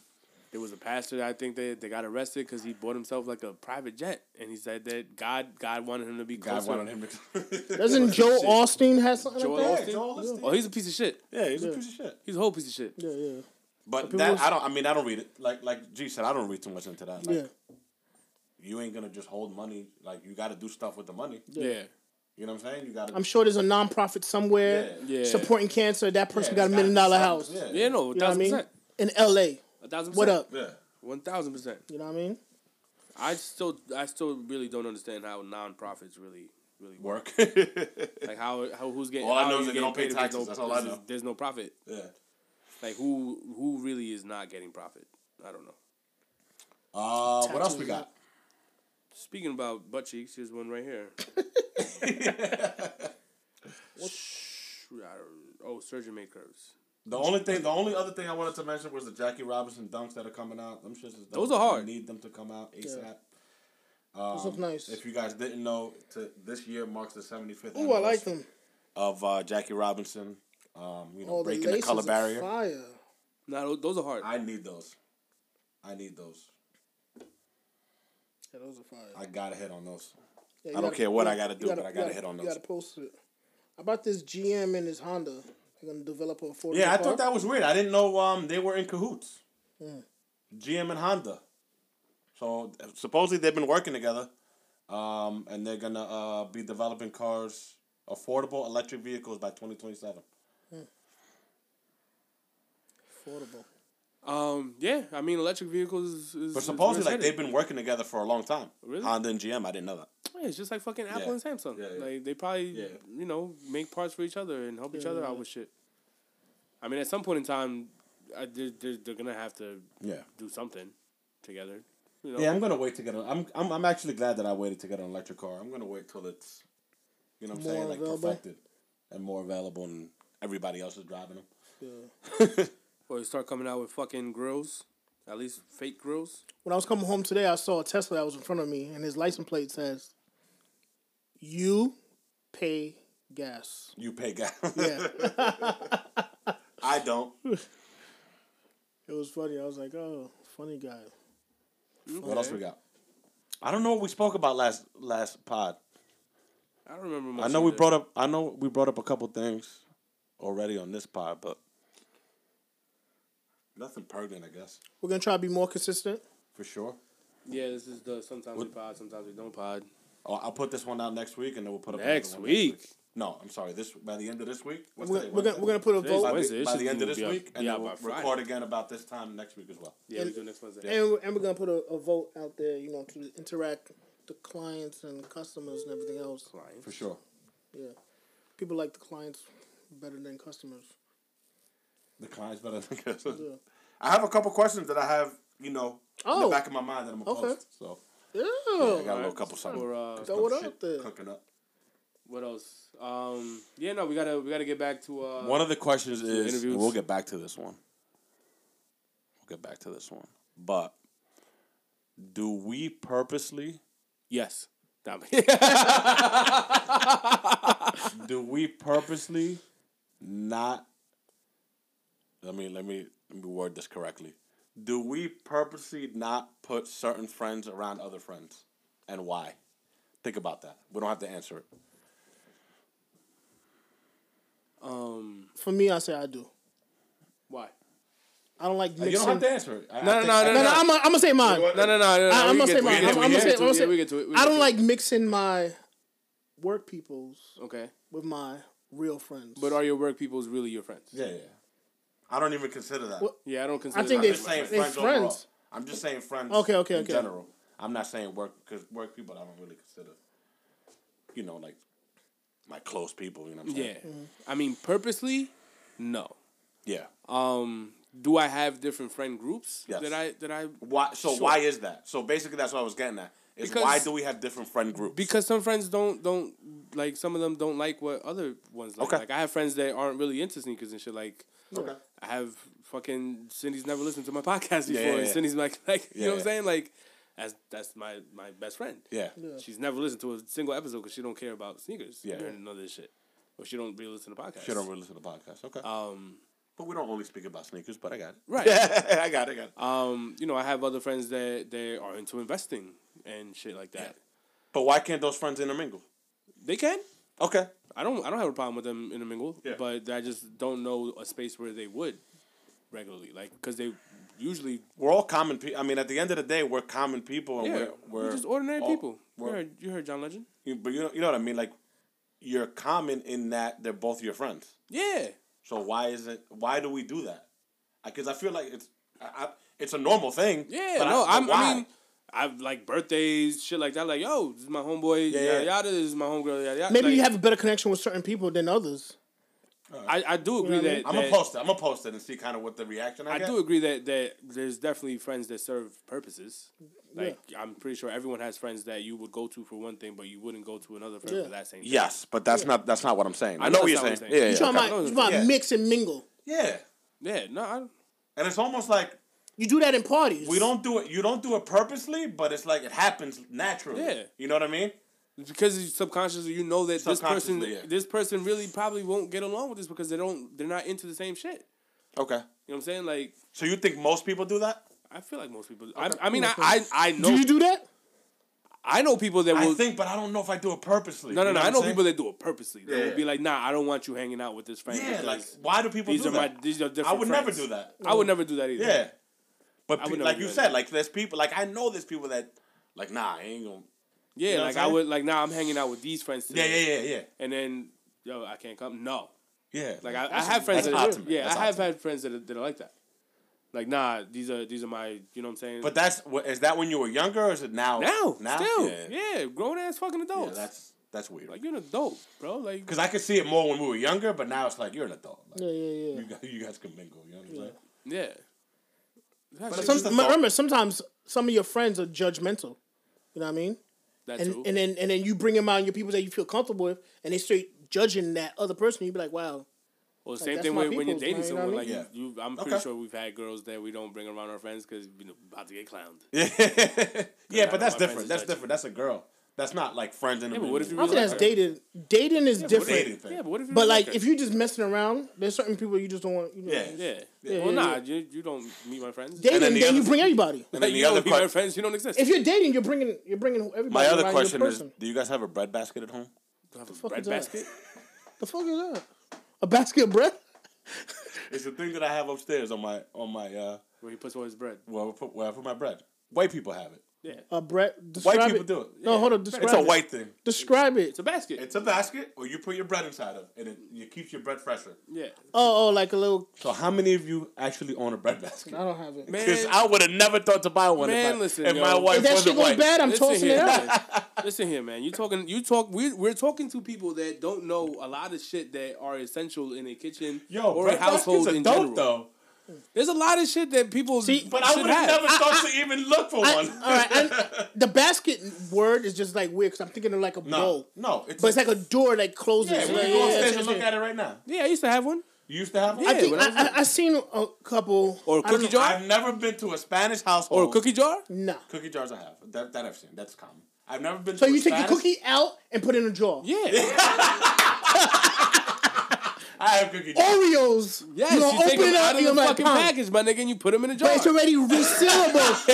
there was a pastor that I think that they got arrested because he bought himself like a private jet, and he said that God God wanted him to be
God
closer.
wanted him to.
Doesn't Joe Austin have something
Joel
like that?
Austin? Oh, he's a piece of shit.
Yeah, he's a piece of shit.
He's a whole piece of shit.
Yeah, yeah,
But
people
that
was-
I don't. I mean, I don't read it. Like like G said, I don't read too much into that. Like,
yeah.
You ain't gonna just hold money. Like you got to do stuff with the money.
Yeah,
You know what I'm saying? You got to.
I'm sure there's a nonprofit somewhere
yeah. yeah.
supporting cancer. That person got a million dollar house.
Yeah,
Yeah.
no, a
You know what I
thousand
mean?
percent.
In L.A.
A thousand percent.
What up?
Yeah.
One thousand percent.
You know what I mean?
I still, I still really don't understand how nonprofits really, really work.
Work.
Like how, how who's getting?
All I
how
know
are
is
you
that they don't
getting
pay
paid if there's
taxes.
no-
That's all I
there's-
know.
There's no profit.
yeah.
Like who, who really is not getting profit? I don't know.
Uh, what else we got?
Speaking about butt cheeks, here's one right here. Sh- I don't- Oh, surgeon made curves.
The only thing, the only other thing I wanted to mention was the Jackie Robinson dunks that are coming out. Them shits is dope.
Those are hard.
We need them to come out ASAP.
This looks nice.
Um, If you guys didn't know, to, this year marks the 75th
Ooh, I like
anniversary
them.
of uh, Jackie Robinson. Um, you know,
Oh, the
breaking the,
laces
color
are
barrier.
Fire.
No, tho- those are hard.
I need those. I need those.
Yeah, those are fire.
I gotta hit on those.
Yeah,
I
you
don't
gotta-
care what
you
I gotta do,
you
but I
you
gotta hit on
You
those.
gotta post it. How about this GM and his Honda? They're gonna develop a affordable
Yeah, I
car?
thought that was weird. I didn't know um they were in cahoots. Hmm. GM and Honda. So supposedly they've been working together, um, and they're gonna uh, be developing cars, affordable electric vehicles by twenty twenty seven.
affordable.
Um, yeah, I mean electric vehicles is. is
But
is
supposedly
where
like
it's
they've
headed.
been working together for a long time.
Really?
Honda and GM. I didn't know that.
Yeah, it's just like fucking Apple
Yeah.
and Samsung.
Yeah, yeah.
Like they probably
Yeah.
you know make parts for each other and help each other
yeah,
out with shit. I mean, at some point in time, I, they're, they're they're gonna have to
Yeah.
do something together. You know?
Yeah, I'm gonna wait to get. An, I'm I'm I'm actually glad that I waited to get an electric car. I'm gonna wait till it's, you know, what I'm
More
saying like
available?
perfected, and more available, and everybody else is driving them.
Yeah.
Or they start coming out with fucking grills, at least fake grills.
When I was coming home today, I saw a Tesla that was in front of me, and his license plate says, "You pay gas."
You pay gas.
Yeah,
I don't.
it was funny. I was like, "Oh, funny guy."
What else we got? I don't know what we spoke about last last pod.
I don't remember. Much
I know we
either.
brought up. I know we brought up a couple things already on this pod, but nothing pertinent, I guess.
We're gonna try to be more consistent.
For sure.
Yeah, this is the sometimes we pod, sometimes we don't pod.
Oh, I'll put this one out next week, and then we'll put up
Next
another one
week.
No, I'm sorry. This by the end of this week. What's
We're,
today?
gonna- we're gonna we're gonna put a
Today's
vote,
by,
Wednesday.
the,
It
by
should
the end of
be
this
out-
week, and
be out
then
by
we'll
Friday.
record again about this time next week as well.
Yeah, we
And-
do next Wednesday.
and and we're gonna put a, a vote out there, you know, to interact the clients and customers and everything else.
Clients.
For sure.
Yeah. People like the clients better than customers.
The clients better than I have a couple questions that I have, you know, in
Oh.
the back of my mind that I'm gonna
Okay.
post. So I
Ew.
got a little couple something.
Or, uh,
Throw it
couple
out
shit
there.
Cooking up.
what else? Um, yeah, no, we gotta we gotta get back to uh,
One of the questions is,
interviews.
and we'll get back to this one. We'll get back to this one. But do we purposely
yes. Damn it.
do we purposely not let me let me let me word this correctly. Do we purposely not put certain friends around other friends? And why? Think about that. We don't have to answer it.
um,
For me, I say I do.
why?
I don't
Uh,
like
You don't
mixing.
have to answer it. I- I
No, no,
think-
no,
I
no,
think-
No, no, I'm gonna say mine.
No, no, no, no. no
I- I'm
we
gonna
get
say
to it, we get
mine. I'm-
to it,
I'm
we
gonna
get
say-
to it,
I'm gonna
yeah,
say-
we get to it, we
I
get
don't
to
like mixing my work people's
it. Okay,
with my real friends.
but are your work people's really your friends?
Yeah, yeah.
I don't even consider that.
What-
Yeah, I don't consider.
think
that
I'm
my
they-
saying
friends.
they
friends,
friends.
overall. I'm just saying friends.
Okay, okay,
in
okay.
General, I'm not saying work because work people I don't really consider.
You know, like my close people, you know what I'm
Yeah,
saying?
I mean purposely, no.
Yeah. Uh,
Um, do I have different friend groups
Yes.
that I that I
Why so
Sure.
why is that? So basically that's what I was getting at. Is
Because-
why do we have different friend groups?
because some friends don't don't like some of them don't like what other ones like.
Okay.
Like I have friends that aren't really into sneakers and shit. Like
Okay.
I have fucking Cindy's never listened to my podcast before.
Yeah, yeah,
and
yeah.
Cindy's like like you
Yeah,
know what
yeah.
I'm saying like. That's, that's my, my best friend.
Yeah.
She's never listened to a single episode because she don't care about sneakers.
Yeah.
Yeah. Or none of this shit. Or she don't really listen to podcasts.
She don't really listen to podcasts. Okay.
Um,
but we don't only speak about sneakers, but I got it.
Right.
I got it, I got it.
um, you know, I have other friends that they are into investing and shit like that.
But why can't those friends intermingle?
They can.
Okay.
I don't. I don't have a problem with them in a mingle,
Yeah.
but I just don't know a space where they would regularly, like, because they usually
We're all common people. I mean, at the end of the day, we're common people and
yeah,
we're,
we're,
we're
just ordinary
all-
people. You
we're-
heard, you heard John Legend?
you- but you know, you know what I mean? Like, you're common in that they're both your friends.
Yeah,
So why is it? Why do we do that? Because I feel like it's I, I, it's a normal thing.
yeah.
but
no,
I, but
I, am
why?
I mean, I've like birthdays, shit like that. Like, yo, this is my homeboy,
Yeah,
yada
yeah.
yada. This is my homegirl, yada yada.
Maybe you
Like,
have a better connection with certain people than others.
I, I do agree
what I mean?
that
I'm
that-
gonna post it. I'm gonna post it and see kind of what the reaction I,
I
get.
do agree that that there's definitely friends that serve purposes. Like I'm pretty sure everyone has friends that you would go to for one thing, but you wouldn't go to another friend
Yeah.
for that same. thing.
Yes, but that's not that's not what I'm saying. I,
know
know what you're
that's not
saying.
what I'm
Yeah,
saying.
yeah,
You talking
okay.
about,
okay.
you talking about
Yeah.
mix and mingle.
yeah.
Yeah. No. I,
And it's almost like
You do that in parties.
we don't do it. You don't do it purposely, but it's like it happens naturally.
Yeah.
You know what I mean?
because you subconsciously you know that this person
Subconsciously, yeah.
this person really probably won't get along with this because they don't they're not into the same shit.
Okay.
You know what I'm saying? Like
So you think most people do that?
I feel like most people. I, I mean, I, I I know
Do you do that?
I know people that will.
I think, but I don't know if I do it purposely.
no, no,
You
no.
what
I
I'm
know
saying?
people that do it purposely. They
Yeah.
will be like, nah, I don't want you hanging out with this friend.
Yeah,
because
like why do people
these
do
are
that?
my these are different.
I would never
friends."
do that.
I would never do that either.
Yeah. But
I would
pe-
never
like
do
you
that.
said, like there's people like I know there's people that like nah, I ain't gonna
Yeah,
You
like
know what I'm
I
saying?
would like now I'm hanging out with these friends
Yeah,
today.
yeah, yeah, yeah.
And then yo, I can't come. No,
Yeah.
like I, I have friends.
that's
That,
ultimate.
Yeah,
That's
I have had friends that are, that are like that. Like nah, these are these are my you know what I'm saying.
But that's what is that when you were younger or is it now?
now,
Now?
still,
Yeah.
yeah, grown ass fucking
Yeah,
adults.
that's that's weird.
like you're an adult, bro. Like
Cause I could see it more when we were younger, but now it's like you're an adult. Like,
Yeah, yeah, yeah.
You guys, you guys can mingle. You know what I'm saying?
yeah. That's
it's
true.
just-
Remember, remember, sometimes some of your friends are judgmental. You know what I mean?
that too.
And and then and then you bring them out and your people that you feel comfortable with, and they straight judging that other person. You be like, wow.
Well, the
Like,
same
that's
thing
my
when, when you're
peoples,
dating
man, you know
someone.
what I
Like,
mean?
you, you, I'm pretty
Okay.
sure we've had girls that we don't bring around our friends because you know about to get clowned. Yeah,
Yeah, yeah,
know
but
my friends
that's different.
is
That's
like-
different. That's a girl. That's not like friends in the
but what if you
I don't think that's dating. Dating
but
is
what
different.
dating thing.
but what if you
But
really
like,
her?
if you're just messing around, there's certain people you just don't want. You know,
Yeah.
yeah.
Yeah,
well,
yeah,
nah,
yeah.
you you don't meet my friends.
Dating,
And then
then,
the
you
other-
bring everybody.
And
Like,
then
you
the
don't
other
meet my
question.
friends. You don't exist.
If you're dating, you're bringing you're bringing everybody.
My other
around
question
your
is:
person.
Do you guys have a bread basket at home?
Have a
fuck
bread
is that?
basket.
the fuck is that? A basket of bread?
It's the thing that I have upstairs on my on my uh
Where he puts all his bread.
where I put, where I put my bread. White people have it.
Yeah.
A bread?
White
Describe
people
it.
do it.
No, hold on. Describe
It's a
it.
white thing.
Describe it.
It's a basket.
It's a basket, or you put your bread inside of, and it, it keeps your bread fresher.
yeah.
Oh, oh, like a little.
So, how many of you actually own a bread basket?
I don't have it.
Man,
Because I would have never thought to buy one.
Man,
if I,
listen,
if
yo.
my
If
wife
if that shit
wasn't
goes
white.
bad, I'm
Listen
tossing it
here,
out.
man. Listen here, man. You talking? You talk. We we're talking to people that don't know a lot of shit that are essential in a kitchen
Yo,
or a
bread baskets
household
are
in
dope
general.
though.
There's a lot of shit that people
See, but
But I
should
would
have.
have never thought to even look for
I-
one.
all right, and the basket word is just like weird because I'm thinking of like a
No,
bowl,
no, it's
but it's like a door that closes.
yeah, we
Like,
can
yeah,
go upstairs
yeah,
and
yeah.
look at it right now.
Yeah, I used to have one.
You used to have one.
Yeah,
I think
when I was
I, I, I seen a couple
Or a
I don't
cookie
know.
jar?
I've never been to a Spanish household.
Or a
Oh.
cookie jar?
Nah.
Cookie jars I have. That, that I've seen. That's common. I've never been
So
to a
you take
Spanish.
the cookie out and put it in a jar.
Yeah.
I have cookie
Oh,
jars.
Oreos.
Yes,
you
you,
gonna
take
open
them
it
out of
up and
the
you're like,
fucking
"Huh."
package, my nigga, and you put them in a jar.
But it's already resealable.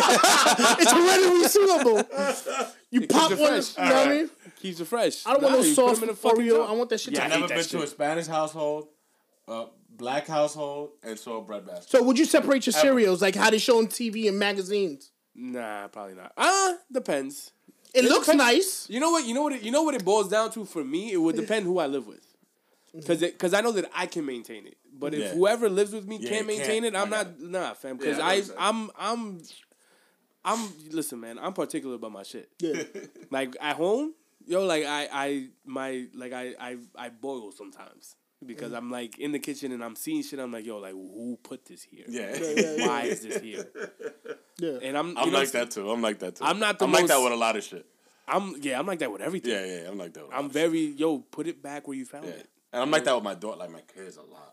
it's already resealable. You pop
it
one. You know
fresh.
what I mean?
Keeps it fresh.
I don't want
Nah,
no
you put
sauce
'em in a fucking jar.
Oreo. I want that shit.
I've
to
never
that
been
shit.
to a Spanish household, a black household, and so a bread basket.
So would you separate your cereals like how they show on TV and magazines?
Nah, probably not. Ah, depends.
It, looks nice.
You know what? You know what? It, you know what it boils down to for me. It would depend who I live with, because because I know that I can maintain it. But if
Yeah.
whoever lives with me
you
can't maintain
can't.
it, I'm
I got
not nah, fam. Because
Yeah, I
I
know what
I'm I'm I'm listen, man. I'm particular about my shit.
Yeah.
Like at home, yo, like I I my like I I I boil sometimes because I'm like in the kitchen and I'm seeing shit. I'm like, yo, like who put this here?
Yeah.
Why is this here?
Yeah.
And I'm
I'm
you know,
like that too. I'm like that too.
I'm not the
I'm like that
most-
with a lot of shit.
I'm yeah. I'm like that with everything.
Yeah, yeah, I'm like that. With a lot
I'm
of shit.
very yo. Put it back where you found
Yeah.
it.
And I'm like that with my daughter, like my kids a lot.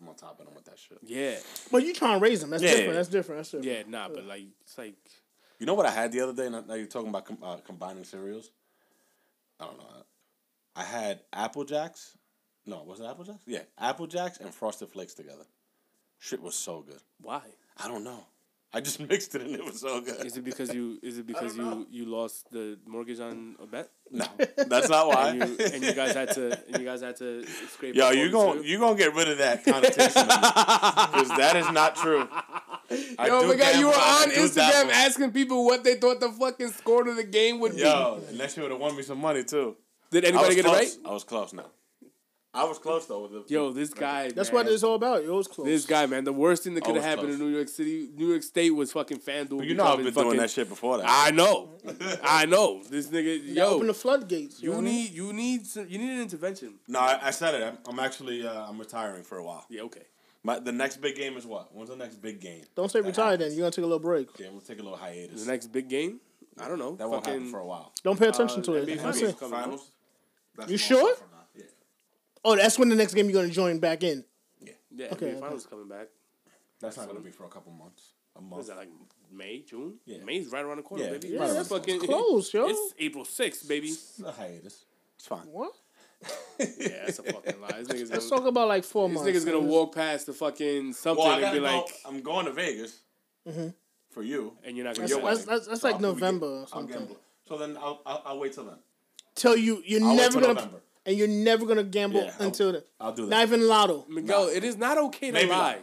I'm on top of them with that shit.
Yeah.
But you trying to raise them. That's
Yeah.
different. That's different. That's different.
Yeah, nah, but like it's like
You know what I had the other day? Now now you're talking about com- uh, combining cereals. I don't know. I had Apple Jacks. No, was it Apple Jacks? Yeah, Apple Jacks and Frosted Flakes together. Shit was so good.
why?
I don't know. I just mixed it and it was so good.
Is it because you is it because you you lost the mortgage on a bet?
No, that's not
And
why.
you, and you guys had to and you guys had to scrape
Yo,
up all
you
the
gon'
cereal?
you gonna get rid of that connotation because that is not true. I
Yo, oh
do
my God, you
gamble,
were
I
on
do
Instagram
dabble.
asking people what they thought the fucking score to the game would
Yo, unless you would have won me some money too.
be. Did
I was
anybody get it
close.
right?
I was close. No, I was close though. With the,
Yo, this guy
That's
man,
what it's all about. It was close.
This guy, man, the worst thing that could have
Always
happened in
close.
New York City, New York State was fucking FanDuel.
you know I've
becoming
been
fucking-
doing that shit before that.
I know, I know. This nigga,
Yo, open
yo,
the floodgates. You, know
you
what I mean?
need, you need, some, you need an intervention.
no, I, I said it. I'm, I'm actually uh, I'm retiring for a while.
Yeah, okay.
My, the next big game is what? When's the next big game?
Don't say
that
retire then.
happens?
You're gonna take a little break.
Yeah, we'll take a little hiatus.
The next big game? I don't know.
that won't happen for a while.
Don't pay attention
Uh,
to
NBA
it. That's
finals.
it.
coming up.
That's
You
a month
sure?
from now. Yeah.
Oh, that's when the next game you're gonna join back in.
Yeah,
Okay,
NBA
okay.
finals coming back.
That's not gonna be for a couple months. A
What is
month.
that like May, June?
Yeah.
May's right around the corner,
Yeah,
baby.
right
It's
around the corner.
fucking
Close, yo.
It's April 6th, baby.
A hiatus. It's fine.
What?
Yeah, that's a fucking lie. This nigga's
Let's
gonna,
talk about like four
this
months.
nigga's gonna walk past the fucking something
Well, I
and
gotta
be
go.
like, Mm-hmm.
I'm going to Vegas for you.
and you're not gonna
That's,
get
Your
that's,
it.
wedding.
that's, that's
So
like
I'll be-
November or
I'll
something.
gamble. So then I'll, I'll I'll wait till then.
Till you, you're
I'll wait
never
till
gonna,
November.
and you're never gonna gamble
Yeah, I'll-
until then.
I'll do that.
Not even lotto.
Miguel, it is not okay to
Maybe
lie.
not.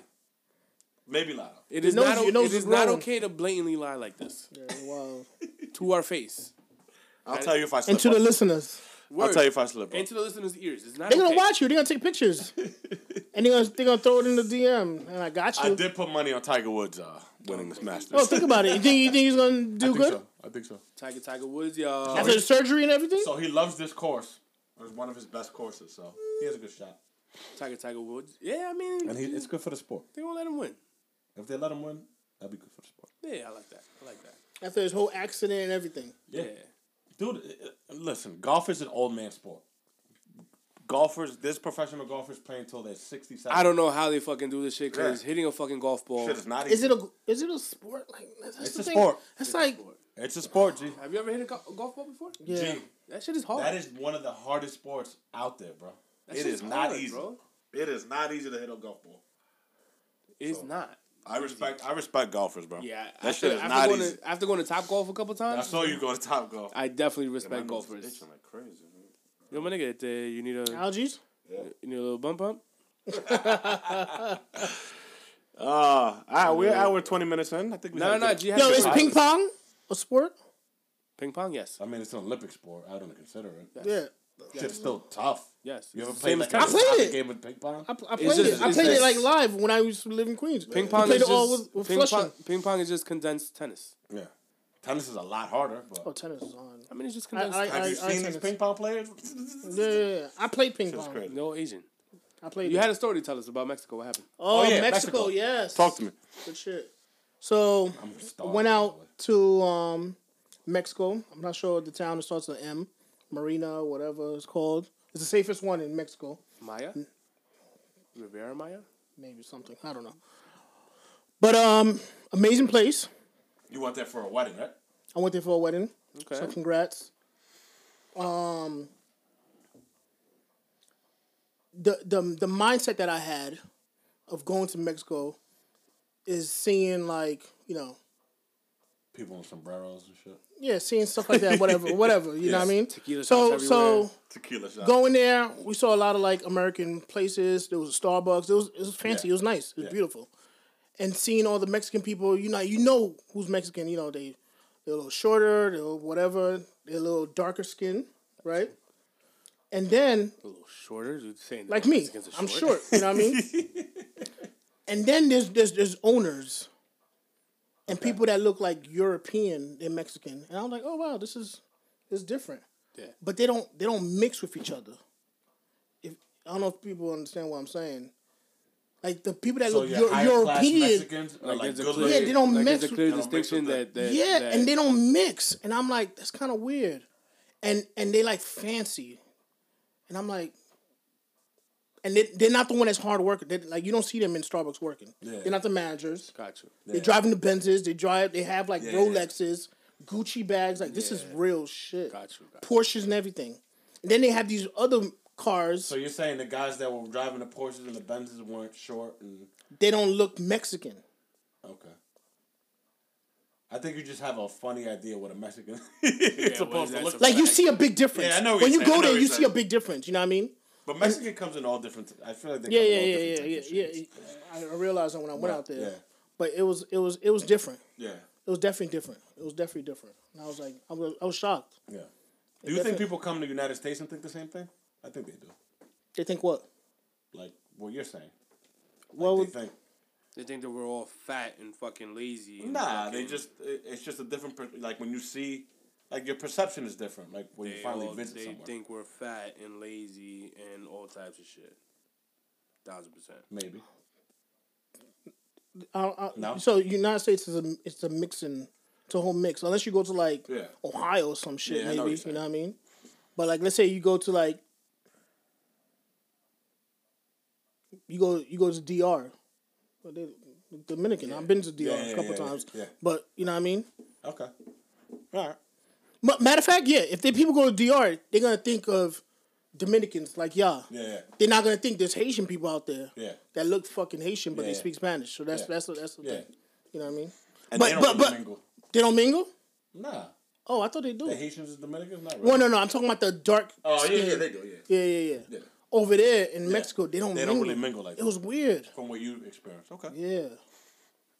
Maybe Lotto.
It is
knows
not.
you-
o-
it knows
it is
it's
not
wrong.
okay to blatantly lie like this
Yeah, wow.
to our face.
I'll tell you if I slip.
And to the
up.
listeners,
I'll tell you if I slip. Up.
and to the listeners' ears, it's not.
they're gonna
okay.
watch you. They're gonna take pictures, and they're gonna they're gonna throw it in the DM. And I got
I
you.
did put money on Tiger Woods uh, winning this Masters.
Oh, think about it. You think you think he's gonna do
I think
good
so. I think so.
Tiger, Tiger Woods, y'all.
after the surgery and everything?
So he loves this course. It was one of his best courses, so he has a good shot.
Tiger, Tiger Woods. Yeah, I mean,
And he, it's good for the sport.
they won't let him win.
If they let him win, that'd be good for the sport.
Yeah, I like that. I like that.
After his whole accident and everything.
Yeah.
Dude, uh, uh, listen, golf is an old man sport. Golfers, this professional golfers play until they're 67.
I don't know how they fucking do this shit because
Yeah.
hitting a fucking golf ball.
Shit, it's not easy.
Is it a is it a sport? Like that's, that's
It's
the
a
thing.
sport.
That's like
It's a sport, G.
Have you ever hit a go- golf ball before?
yeah.
G.
That shit is hard.
That is one of the hardest sports out there, bro.
That
it
shit's
is not
hard,
easy.
bro.
It is not easy to hit a golf ball.
It's not.
I respect I respect golfers, bro.
Yeah,
that
after,
shit is
after
not
going
easy.
To, after going to Top Golf a couple
I
times,
saw you go to Top Golf.
I definitely respect
My nose is
golfers.
itching like crazy. Man.
Yo, my nigga, uh, you need a
Allergies?
you need a little bump bump.
Uh, all right, we're hour and 20 minutes in. I think we
No,
had a
no, no.
good-
G had
Yo,
a good
is
time.
ping pong a sport?
Ping pong, yes,
I mean, it's an Olympic sport. I don't consider it.
Yeah.
Shit's still tough.
yes.
You ever
Same
played
as
like
tennis.
I
a
played
solid
it.
game with ping pong?
I, pl- I played
just-
it. I
it's
played it
just-
like live when I used to live in Queens.
Ping pong
played
is
it all
just
with- with
ping
Flushing.
pong. Ping pong is just condensed tennis.
yeah. Tennis is a lot harder. But
Oh, tennis is on.
I mean, it's just
I,
condensed.
I, I,
tennis.
have
I,
you seen these
tennis.
ping pong players?
Yeah, yeah, yeah. I played ping
That's
pong.
crazy.
no Asian.
I played.
You
it.
had a story to tell us about Mexico. What happened?
oh,
Oh, yeah,
Mexico,
Mexico.
Yes.
Talk to me.
Good shit. So I
starving,
went
by
out
the way.
to um, Mexico. I'm not sure the town that starts with M, Marina, whatever it's called. It's the safest one in Mexico.
Maya? Rivera Maya?
Maybe something. I don't know. But um, amazing place.
You went there for a wedding, right?
I went there for a wedding.
Okay.
So congrats. Um, the the the mindset that I had of going to Mexico is seeing like you know
People in sombreros and shit.
yeah seeing stuff like that whatever whatever you know what I mean.
Tequila
so
shots
so
everywhere.
Tequila shot.
going there, we saw a lot of like American places. There was a Starbucks. It was it was fancy.
Yeah.
It was nice. It was beautiful. And seeing all the Mexican people, you know, you know who's Mexican. You know they they're a little shorter, they're a little whatever, they're a little darker skin, right? And then
A little shorter? You're saying that
like me,
Mexicans are
I'm short. You know what I mean? and then there's there's there's owners. And people that look like European and Mexican, and I'm like, oh wow, this is this is different
Yeah.
but they don't they don't mix with each other. If I don't know if people understand what I'm saying, like the people that
So
look
you're
Eu-
high-class
European,
Mexicans are like
there's a
good
clear-
Yeah, they don't
like,
mix
There's a
with-
clear
They don't mix
distinction that,
with
that.
yeah,
that-
and they don't mix, and I'm like that's kind of weird, and and they like fancy, and I'm like. And they, they're not the one that's hard working. They, like you don't see them in Starbucks working.
Yeah.
They're not the managers.
Got you.
They're driving the Benzes. They drive. They have like Rolexes, Gucci bags. Like this is
Yeah.
real shit.
Got you, got you.
Porsches and everything. And then they have these other cars.
So you're saying the guys that were driving the Porsches and the Benzes weren't short and
they don't look Mexican.
okay. I think you just have a funny idea what a Mexican is
what is
supposed
that
to look
supposed-
Like you see a big difference.
Yeah, I know what
when
you're
you
saying, I
go
know
there,
what
you
you're
see a big difference. You know what I mean?
But Mexican comes in all different. I feel like they
Yeah,
come
yeah,
in all
yeah, yeah,
different
yeah,
types of
yeah,
shapes.
I I realized that when I went out there,
yeah.
but it was it was it was different.
yeah,
It was definitely different. It was definitely different. And I was like, I was I was shocked.
yeah. Do you think
definitely-
people come to the United States and think the same thing? I think they do.
They think what?
Like what you're saying.
Well,
They think
They think that we're all fat and fucking lazy. and
Nah,
fucking-
they just it- it's just a different per- like when you see like your perception is different like when you
they
finally
all-
visit
They
somewhere.
think we're fat and lazy and all types of shit. Thousand percent.
Maybe.
I, I,
No?
So United States is a it's a mixing, it's a whole mix. Unless you go to like
Yeah.
Ohio or some shit,
Yeah, I know
maybe
what you're
you
saying.
know what I mean. But like, let's say you go to like, you go you go to DR, But they- Dominican. I've been to DR
Yeah, yeah,
a couple
yeah,
times,
yeah.
but you know what I mean.
Okay. All right.
Ma- Matter of fact, yeah, if the people go to DR, they're gonna think of Dominicans like y'all.
Yeah. yeah.
They're not gonna think there's Haitian people out there
Yeah.
that look fucking Haitian, but
Yeah,
they
yeah.
speak Spanish. So that's
Yeah.
that's that's the
Yeah.
thing. You know what I mean?
And
But-
they don't
but-
really
but-
mingle.
They don't mingle?
Nah.
Oh, I thought they do.
The Haitians and Dominicans not really.
well, no, no, I'm talking about the dark.
Oh yeah,
skin.
yeah, they do. Yeah.
Yeah, yeah, yeah.
Yeah.
Over there in Mexico, they don't.
They
mingle.
don't really mingle like
It
that.
was weird.
from what you experienced. Okay. Yeah.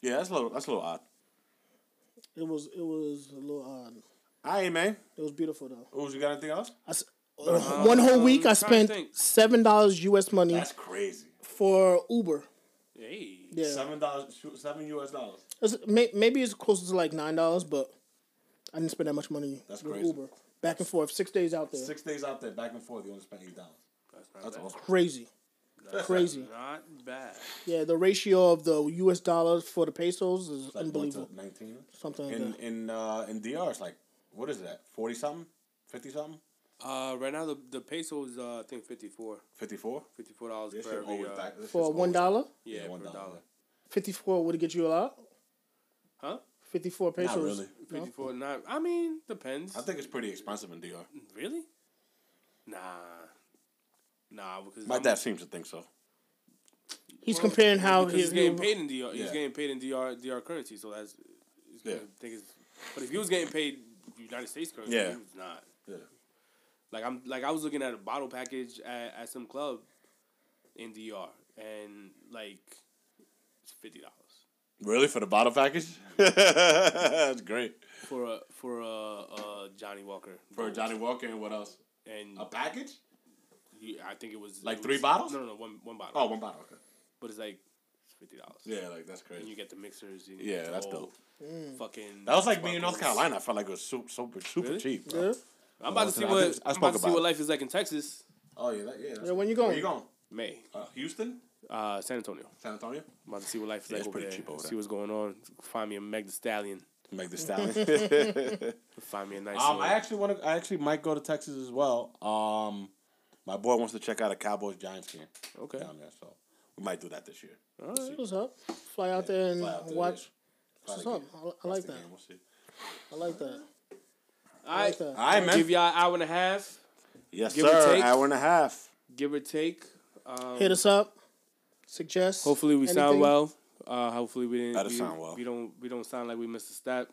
Yeah,
that's a little that's a little odd.
it was. It was a little odd.
All right, man.
It was beautiful though.
Ooh, you got anything else?
I s one whole week, I
I'm trying to
spent
think.
seven dollars U.S. money
Uh-huh. That's crazy.
for Uber.
Hey.
Yeah,
Seven dollars, seven U.S. dollars.
It's- may, maybe it's closer to like nine dollars, but I didn't spend that much money
That's
with
crazy.
Uber back and forth, six days out there.
Six days out there, back and forth. You only spent eight dollars.
That's not
That's
bad.
awesome.
Crazy, crazy.
Not bad.
Yeah, the ratio of the U.S. dollars for the pesos is
Like
unbelievable.
One to Nineteen.
Something like
in
that.
in uh in DR it's like what is that? Forty something? Fifty something?
Uh, right now the the peso is uh, I think 54
Fifty four?
dollars per every, uh,
For one dollar,
yeah,
Yeah, one
per
dollar.
dollar.
fifty four would get you a lot.
Huh?
Fifty four pesos.
Not really.
Fifty four. Not. I mean, depends.
I think it's pretty expensive in DR.
really? Nah. Nah, because
My
I'm-
dad seems to think so.
He's comparing how
because he's
his
getting paid in DR. He's
Yeah.
getting paid in DR DR currency, so that's. He's gonna
Yeah.
think it's, but if he was getting paid United States currency,
Yeah.
he was not.
Yeah.
Like I'm like I was looking at a bottle package at, at some club in DR and like it's fifty dollars
Really for the bottle package? That's great.
for a for a, a Johnny Walker
For Johnny Walker and what else?
and
A package?
you, I think it was
Like
it
three
was-
bottles?
No, no, no, one one bottle.
Oh, one bottle. Okay.
but it's like it's fifty dollars.
Yeah, like that's
and you
crazy.
get the mixers. And you
Yeah,
get the
that's
whole
dope.
Mm.
Fucking.
That was like being in North
sparkles.
Carolina. I felt like it was super, super, super
Really?
cheap. Bro.
Yeah.
I'm about to
North
see
Carolina. Uh, I
what
think I
I'm
spoke
about to see
about
what
it.
life is like in Texas.
Oh yeah, that, yeah. that's-
Yeah, when you going?
Where you going?
May.
Uh, Houston,
Uh, San Antonio.
San Antonio.
I'm about to see what life is
Yeah,
like
it's
over
pretty
there.
cheap over
see
there.
what's going on. Find me a Meg the Stallion.
Make the stallion.
Find me a nice.
um,
little-
I actually want to. I actually might go to Texas as well. Um, my boy wants to check out a Cowboys Giants game
okay.
down there, so we might do that this year.
All right.
What's up? Fly out there and
Fly out to
watch.
the-
What's
fly
up?
the game.
I, I like
Watch the
that.
game, we'll see.
I like that. I
I
like that.
All right, man.
give y'all an hour and a half,
yes,
give or
sir.
take.
Hour and a half.
give or take. Um,
Hit us up. Suggest.
Hopefully we sound
anything.
well. Uh, hopefully we didn't.
That'll
we,
sound well.
We don't. We don't sound like we missed a step.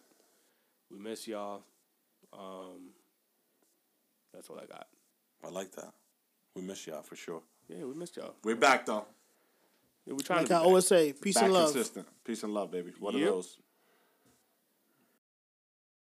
We miss y'all. Um, that's all I got.
I like that. We miss y'all for sure.
Yeah, we missed y'all.
We're back though.
Yeah, we're trying
Like
to.
I
Be back.
always say, peace
Back
and love.
consistent. Peace and love, baby. What
Yep.
are those?